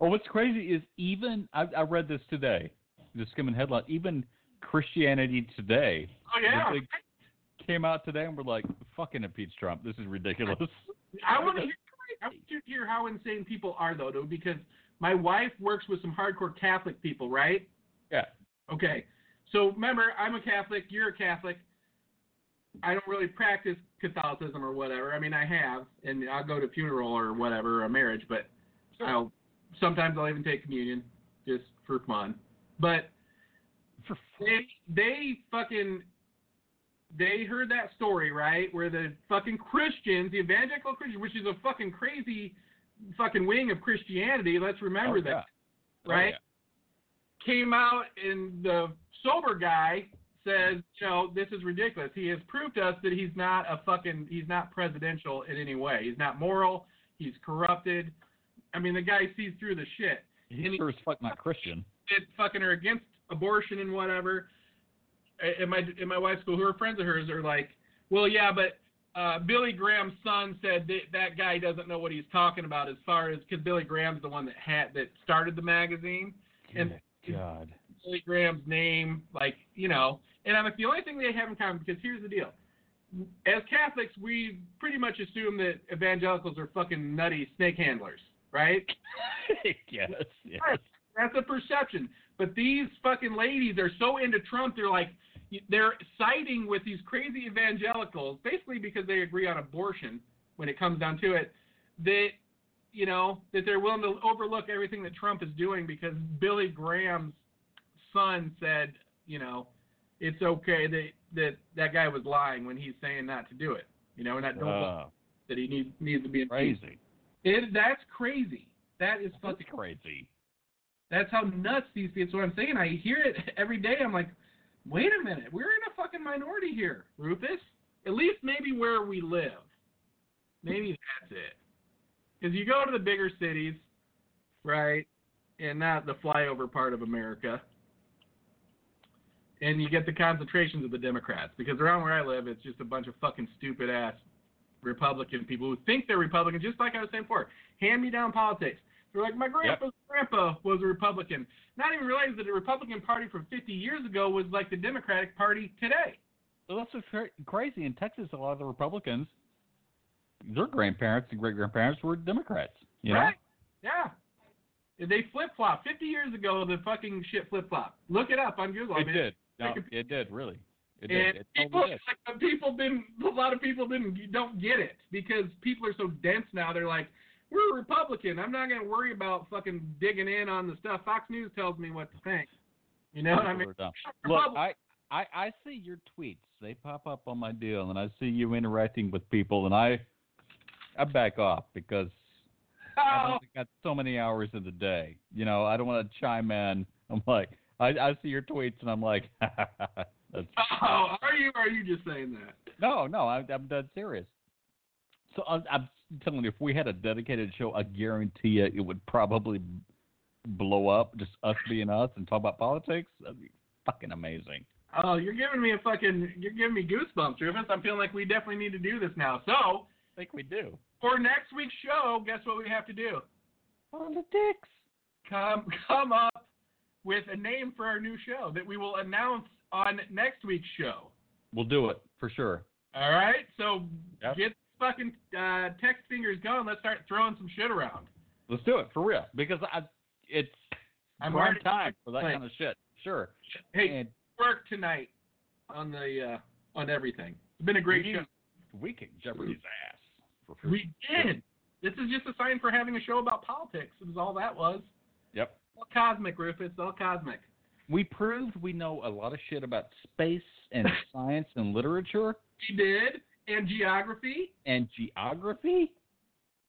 S3: Oh, what's crazy is even I, I read this today, just skimming headline. Even Christianity Today
S2: Oh, yeah.
S3: Really? came out today and were like, "Fucking impeach Trump. This is ridiculous."
S2: I want to hear I want you to hear how insane people are though, though, because my wife works with some hardcore Catholic people, right?
S3: Yeah.
S2: Okay. So remember, I'm a Catholic. You're a Catholic. I don't really practice Catholicism or whatever. I mean, I have, and I'll go to funeral or whatever, or marriage, but I'll sometimes I'll even take communion just for fun. But
S3: For
S2: they they fucking they heard that story right where the fucking Christians, the evangelical Christians, which is a fucking crazy fucking wing of Christianity. Let's remember
S3: Oh, yeah.
S2: that, right?
S3: Oh,
S2: came out and the sober guy says, you know, this is ridiculous. He has proved to us that he's not a fucking he's not presidential in any way. He's not moral. He's corrupted. I mean, the guy sees through the shit
S3: yeah.
S2: And
S3: He
S2: he-
S3: sure as fuck not Christian.
S2: that fucking are against abortion and whatever. At my at my wife's school, who are friends of hers, are like, well, yeah, but uh, Billy Graham's son said that that guy doesn't know what he's talking about as far as because Billy Graham's the one that had that started the magazine. And-
S3: Good God.
S2: Billy Graham's name, like you know. And I'm like the only thing they have in common because here's the deal: as Catholics, we pretty much assume that evangelicals are fucking nutty snake handlers, right?
S3: yes. yes.
S2: That's a perception. But these fucking ladies are so into Trump, they're like, they're siding with these crazy evangelicals, basically because they agree on abortion when it comes down to it, that, you know, that they're willing to overlook everything that Trump is doing because Billy Graham's son said, you know, it's okay that that, that guy was lying when he's saying not to do it, you know, and that, don't
S3: Oh,
S2: that he needs needs to be impeached.
S3: crazy.
S2: It, that's crazy. That is
S3: That's
S2: fucking
S3: crazy.
S2: that's how nuts these people. That's what I'm saying. I hear it every day. I'm like, wait a minute, we're in a fucking minority here, Rufus. At least maybe where we live. Maybe that's it. Because you go to the bigger cities, right, and not the flyover part of America, and you get the concentrations of the Democrats. Because around where I live, it's just a bunch of fucking stupid ass Republican people who think they're Republican, just like I was saying before. Hand me down politics. They're like, my grandpa's grandpa was a Republican. Not even realize that the Republican Party from 50 years ago was like the Democratic Party today.
S3: Well, that's what's cra- crazy. In Texas, a lot of the Republicans, their grandparents and great grandparents were Democrats. You know?
S2: Right? Yeah. They flip flop. 50 years ago, the fucking shit flip flop. Look it up on Google. I
S3: It
S2: mean,
S3: did. No,
S2: Like
S3: it did really. It did.
S2: And
S3: It
S2: people,
S3: totally did.
S2: like, people didn't. A lot of people didn't don't get it because people are so dense now. They're like, we're a Republican. I'm not gonna worry about fucking digging in on the stuff. Fox News tells me what to think. You know what I
S3: People
S2: mean?
S3: were dumb.
S2: I'm a
S3: Look,
S2: Republican.
S3: I, I I see your tweets. They pop up on my deal, and I see you interacting with people, and I I back off because I
S2: Oh,
S3: don't think I got so many hours in the day. You know, I don't want to chime in. I'm like, I, I see your tweets, and I'm like, that's
S2: oh, are you? Are you just saying that?
S3: No, no, I'm, I'm dead serious. So I'm, I'm telling you, if we had a dedicated show, I guarantee you it would probably blow up. Just us being us and talk about politics. That'd be fucking amazing.
S2: Oh, you're giving me a fucking, you're giving me goosebumps, Rufus. I'm feeling like we definitely need to do this now. So,
S3: I think we do.
S2: for next week's show, guess what we have to do?
S3: Politics.
S2: Come, come up with a name for our new show that we will announce on next week's show.
S3: We'll do it for sure.
S2: All right, so
S3: Yep.
S2: get fucking uh, text fingers going. Let's start throwing some shit around.
S3: Let's do it for real because I it's
S2: I'm
S3: prime
S2: already
S3: time for that
S2: Right.
S3: kind of shit. Sure.
S2: Hey,
S3: and
S2: work tonight on the uh, on everything. It's been a great
S3: We-
S2: show.
S3: we kicked Jeopardy's ass. For free.
S2: We did. This is just a sign for having a show about politics. It was all that was.
S3: Yep.
S2: All cosmic, Rufus. All cosmic.
S3: We proved we know a lot of shit about space and science and literature
S2: We did. And geography
S3: and geography.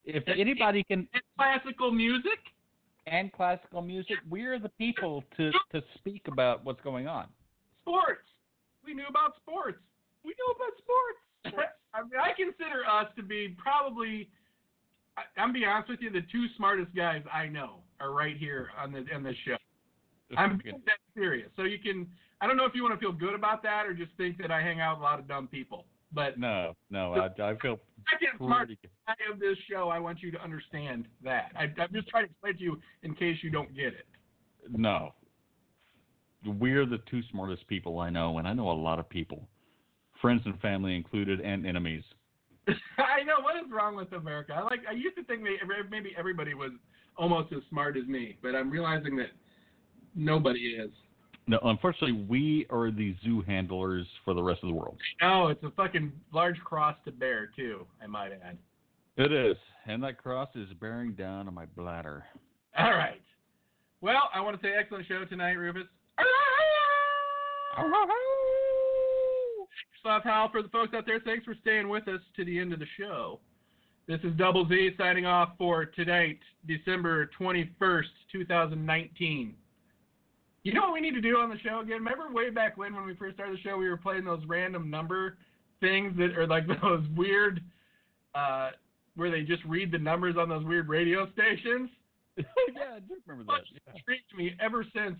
S3: If
S2: That's-
S3: anybody can
S2: and classical music.
S3: and classical music, we are the people to to speak about what's going on.
S2: sports. We knew about sports. We knew about sports. I mean, I consider us to be probably. I- I'm gonna be honest with you. The two smartest guys I know are right here on the on this show. I'm being that serious. So you can. I don't know if you want to feel good about that or just think that I hang out with a lot of dumb people. But
S3: no, no, I, I feel
S2: second smartest
S3: pretty good.
S2: guy of this show, I want you to understand that. I, I'm just trying to explain to you in case you don't get it.
S3: No. We're the two smartest people I know, and I know a lot of people, friends and family included, and enemies.
S2: I know what is wrong with America. I like. I used to think they, every- maybe everybody was almost as smart as me, but I'm realizing that nobody is.
S3: No, unfortunately, we are the zoo handlers for the rest of the world.
S2: No, Oh, it's a fucking large cross to bear too. I might add.
S3: It is, and that cross is bearing down on my bladder.
S2: All right. Well, I want to say excellent show tonight, Rufus. Slav Hal for the folks out there. Thanks for staying with us to the end of the show. This is Double Z signing off for tonight, December 21st, 2019. You know what we need to do on the show again? Remember way back when, when we first started the show, we were playing those random number things that are like those weird, uh, where they just read the numbers on those weird radio stations?
S3: yeah, I do remember
S2: much
S3: that.
S2: intrigued me ever since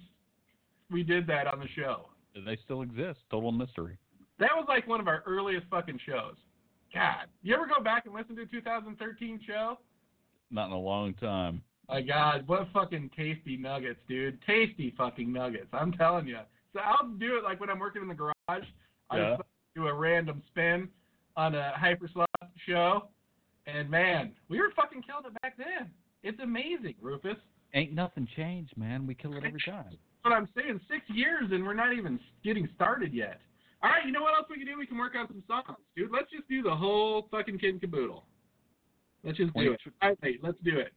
S2: we did that on the show.
S3: Yeah. They still exist. Total mystery.
S2: That was like one of our earliest fucking shows. God, you ever go back and listen to a 2013 show?
S3: Not in a long time.
S2: My God, what fucking tasty nuggets, dude! Tasty fucking nuggets. I'm telling you. So I'll do it like when I'm working in the garage. I
S3: Yeah.
S2: just do a random spin on a hyperslot show, and man, we were fucking killing it back then. It's amazing, Rufus.
S3: Ain't nothing changed, man. We kill it every time.
S2: what I'm saying. Six years and we're not even getting started yet. All right, you know what else we can do? We can work on some songs, dude. Let's just do the whole fucking kid and caboodle. Let's just do it. All right, mate, let's do it.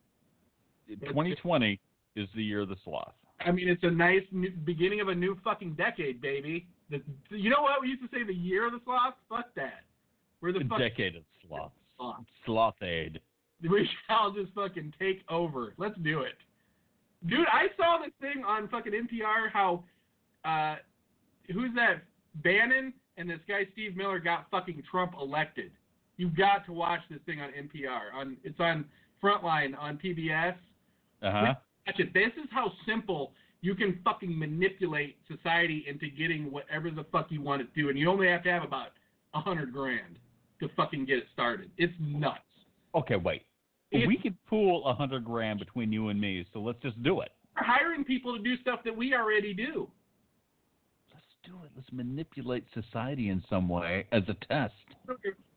S3: 2020 is the year of the sloth.
S2: I mean, it's a nice new, beginning of a new fucking decade, baby. The, you know what? We used to say the year of the sloth. Fuck that. We're the
S3: A
S2: fucking
S3: decade of sloth.
S2: sloth.
S3: Sloth aid.
S2: We shall just fucking take over. Let's do it. Dude, I saw this thing on fucking NPR how uh who's that Bannon and this guy Steve Miller got fucking Trump elected. You've got to watch this thing on NPR. On it's on Frontline on PBS.
S3: Uh huh.
S2: Watch it. This is how simple you can fucking manipulate society into getting whatever the fuck you want it to, and you only have to have about a hundred grand to fucking get it started. It's nuts.
S3: Okay, wait.
S2: It's-
S3: we could pool a hundred grand between you and me, so let's just do it.
S2: We're hiring people to do stuff that we already do.
S3: Let's do it. Let's manipulate society in some way as a test.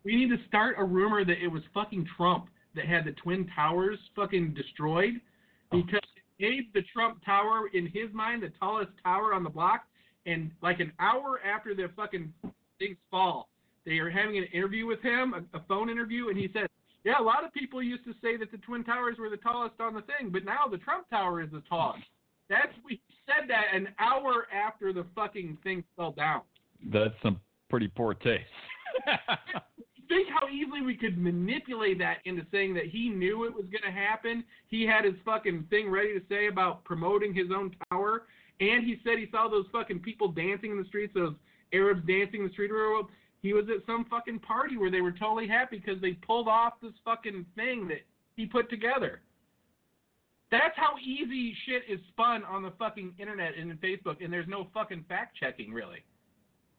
S2: We need to start a rumor that it was fucking Trump that had the Twin Towers fucking destroyed because it made the Trump Tower, in his mind, the tallest tower on the block. And like an hour after the fucking things fall, they are having an interview with him, a, a phone interview, and he says, Yeah, a lot of people used to say that the Twin Towers were the tallest on the thing, but now the Trump Tower is the tallest. That's we said that an hour after the fucking thing fell down.
S3: That's some pretty poor taste.
S2: think how easily we could manipulate that into saying that he knew it was going to happen. He had his fucking thing ready to say about promoting his own tower, and he said he saw those fucking people dancing in the streets, those Arabs dancing in the street. or- He was at some fucking party where they were totally happy because they pulled off this fucking thing that he put together. That's how easy shit is spun on the fucking internet and in Facebook, and there's no fucking fact checking really.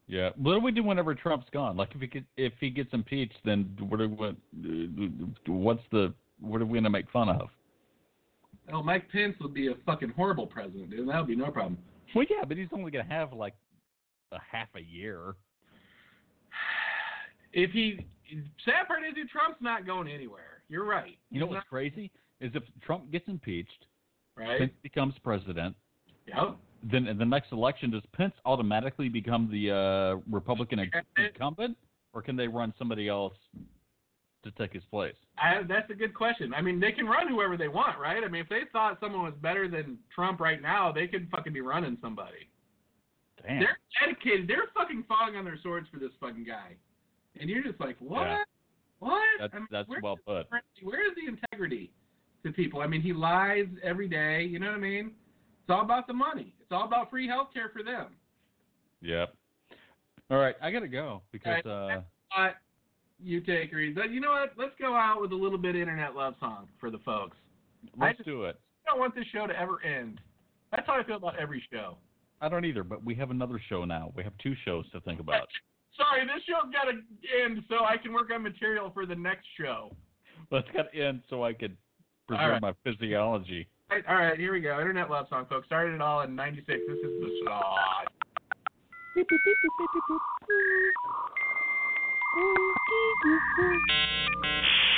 S3: yeah. What do we do whenever Trump's gone? Like if he get, if he gets impeached, then what are what what's the what are we gonna make fun of?
S2: Oh, Mike Pence would be a fucking horrible president, dude. That would be no problem.
S3: Well, yeah, but he's only gonna have like a half a year.
S2: If he, sad part is, dude, Trump's not going anywhere. You're right.
S3: You know
S2: He's
S3: what's crazy is if Trump gets impeached,
S2: not, right?
S3: Pence becomes president.
S2: Yep.
S3: Then in the next election, does Pence automatically become the uh, Republican inc- incumbent, or can they run somebody else to take his place?
S2: I, that's a good question. I mean, they can run whoever they want, right? I mean, if they thought someone was better than Trump right now, they could fucking be running somebody.
S3: Damn.
S2: They're dedicated. They're fucking falling on their swords for this fucking guy. And you're just like, what?
S3: Yeah.
S2: What?
S3: That's,
S2: I mean,
S3: that's
S2: where's
S3: well put.
S2: the- where is the integrity to people? I mean, he lies every day. You know what I mean? It's all about the money. It's all about free health care for them.
S3: Yep. All right, I gotta go because uh,
S2: But you take Reed. But you know what? Let's go out with a little bit of internet love song for the folks.
S3: let's
S2: just-
S3: do it.
S2: I don't want this show to ever end. That's how I feel about every show.
S3: I don't either, but we have another show now. We have two shows to think about.
S2: Sorry, this show's got to end so I can work on material for the next show.
S3: Let's get in so I could preserve
S2: All right.
S3: my physiology.
S2: All right, all right, here we go. Internet love song, folks. Started it all in '96. This is the song.
S4: Ooh, ooh, ooh, ooh, ooh.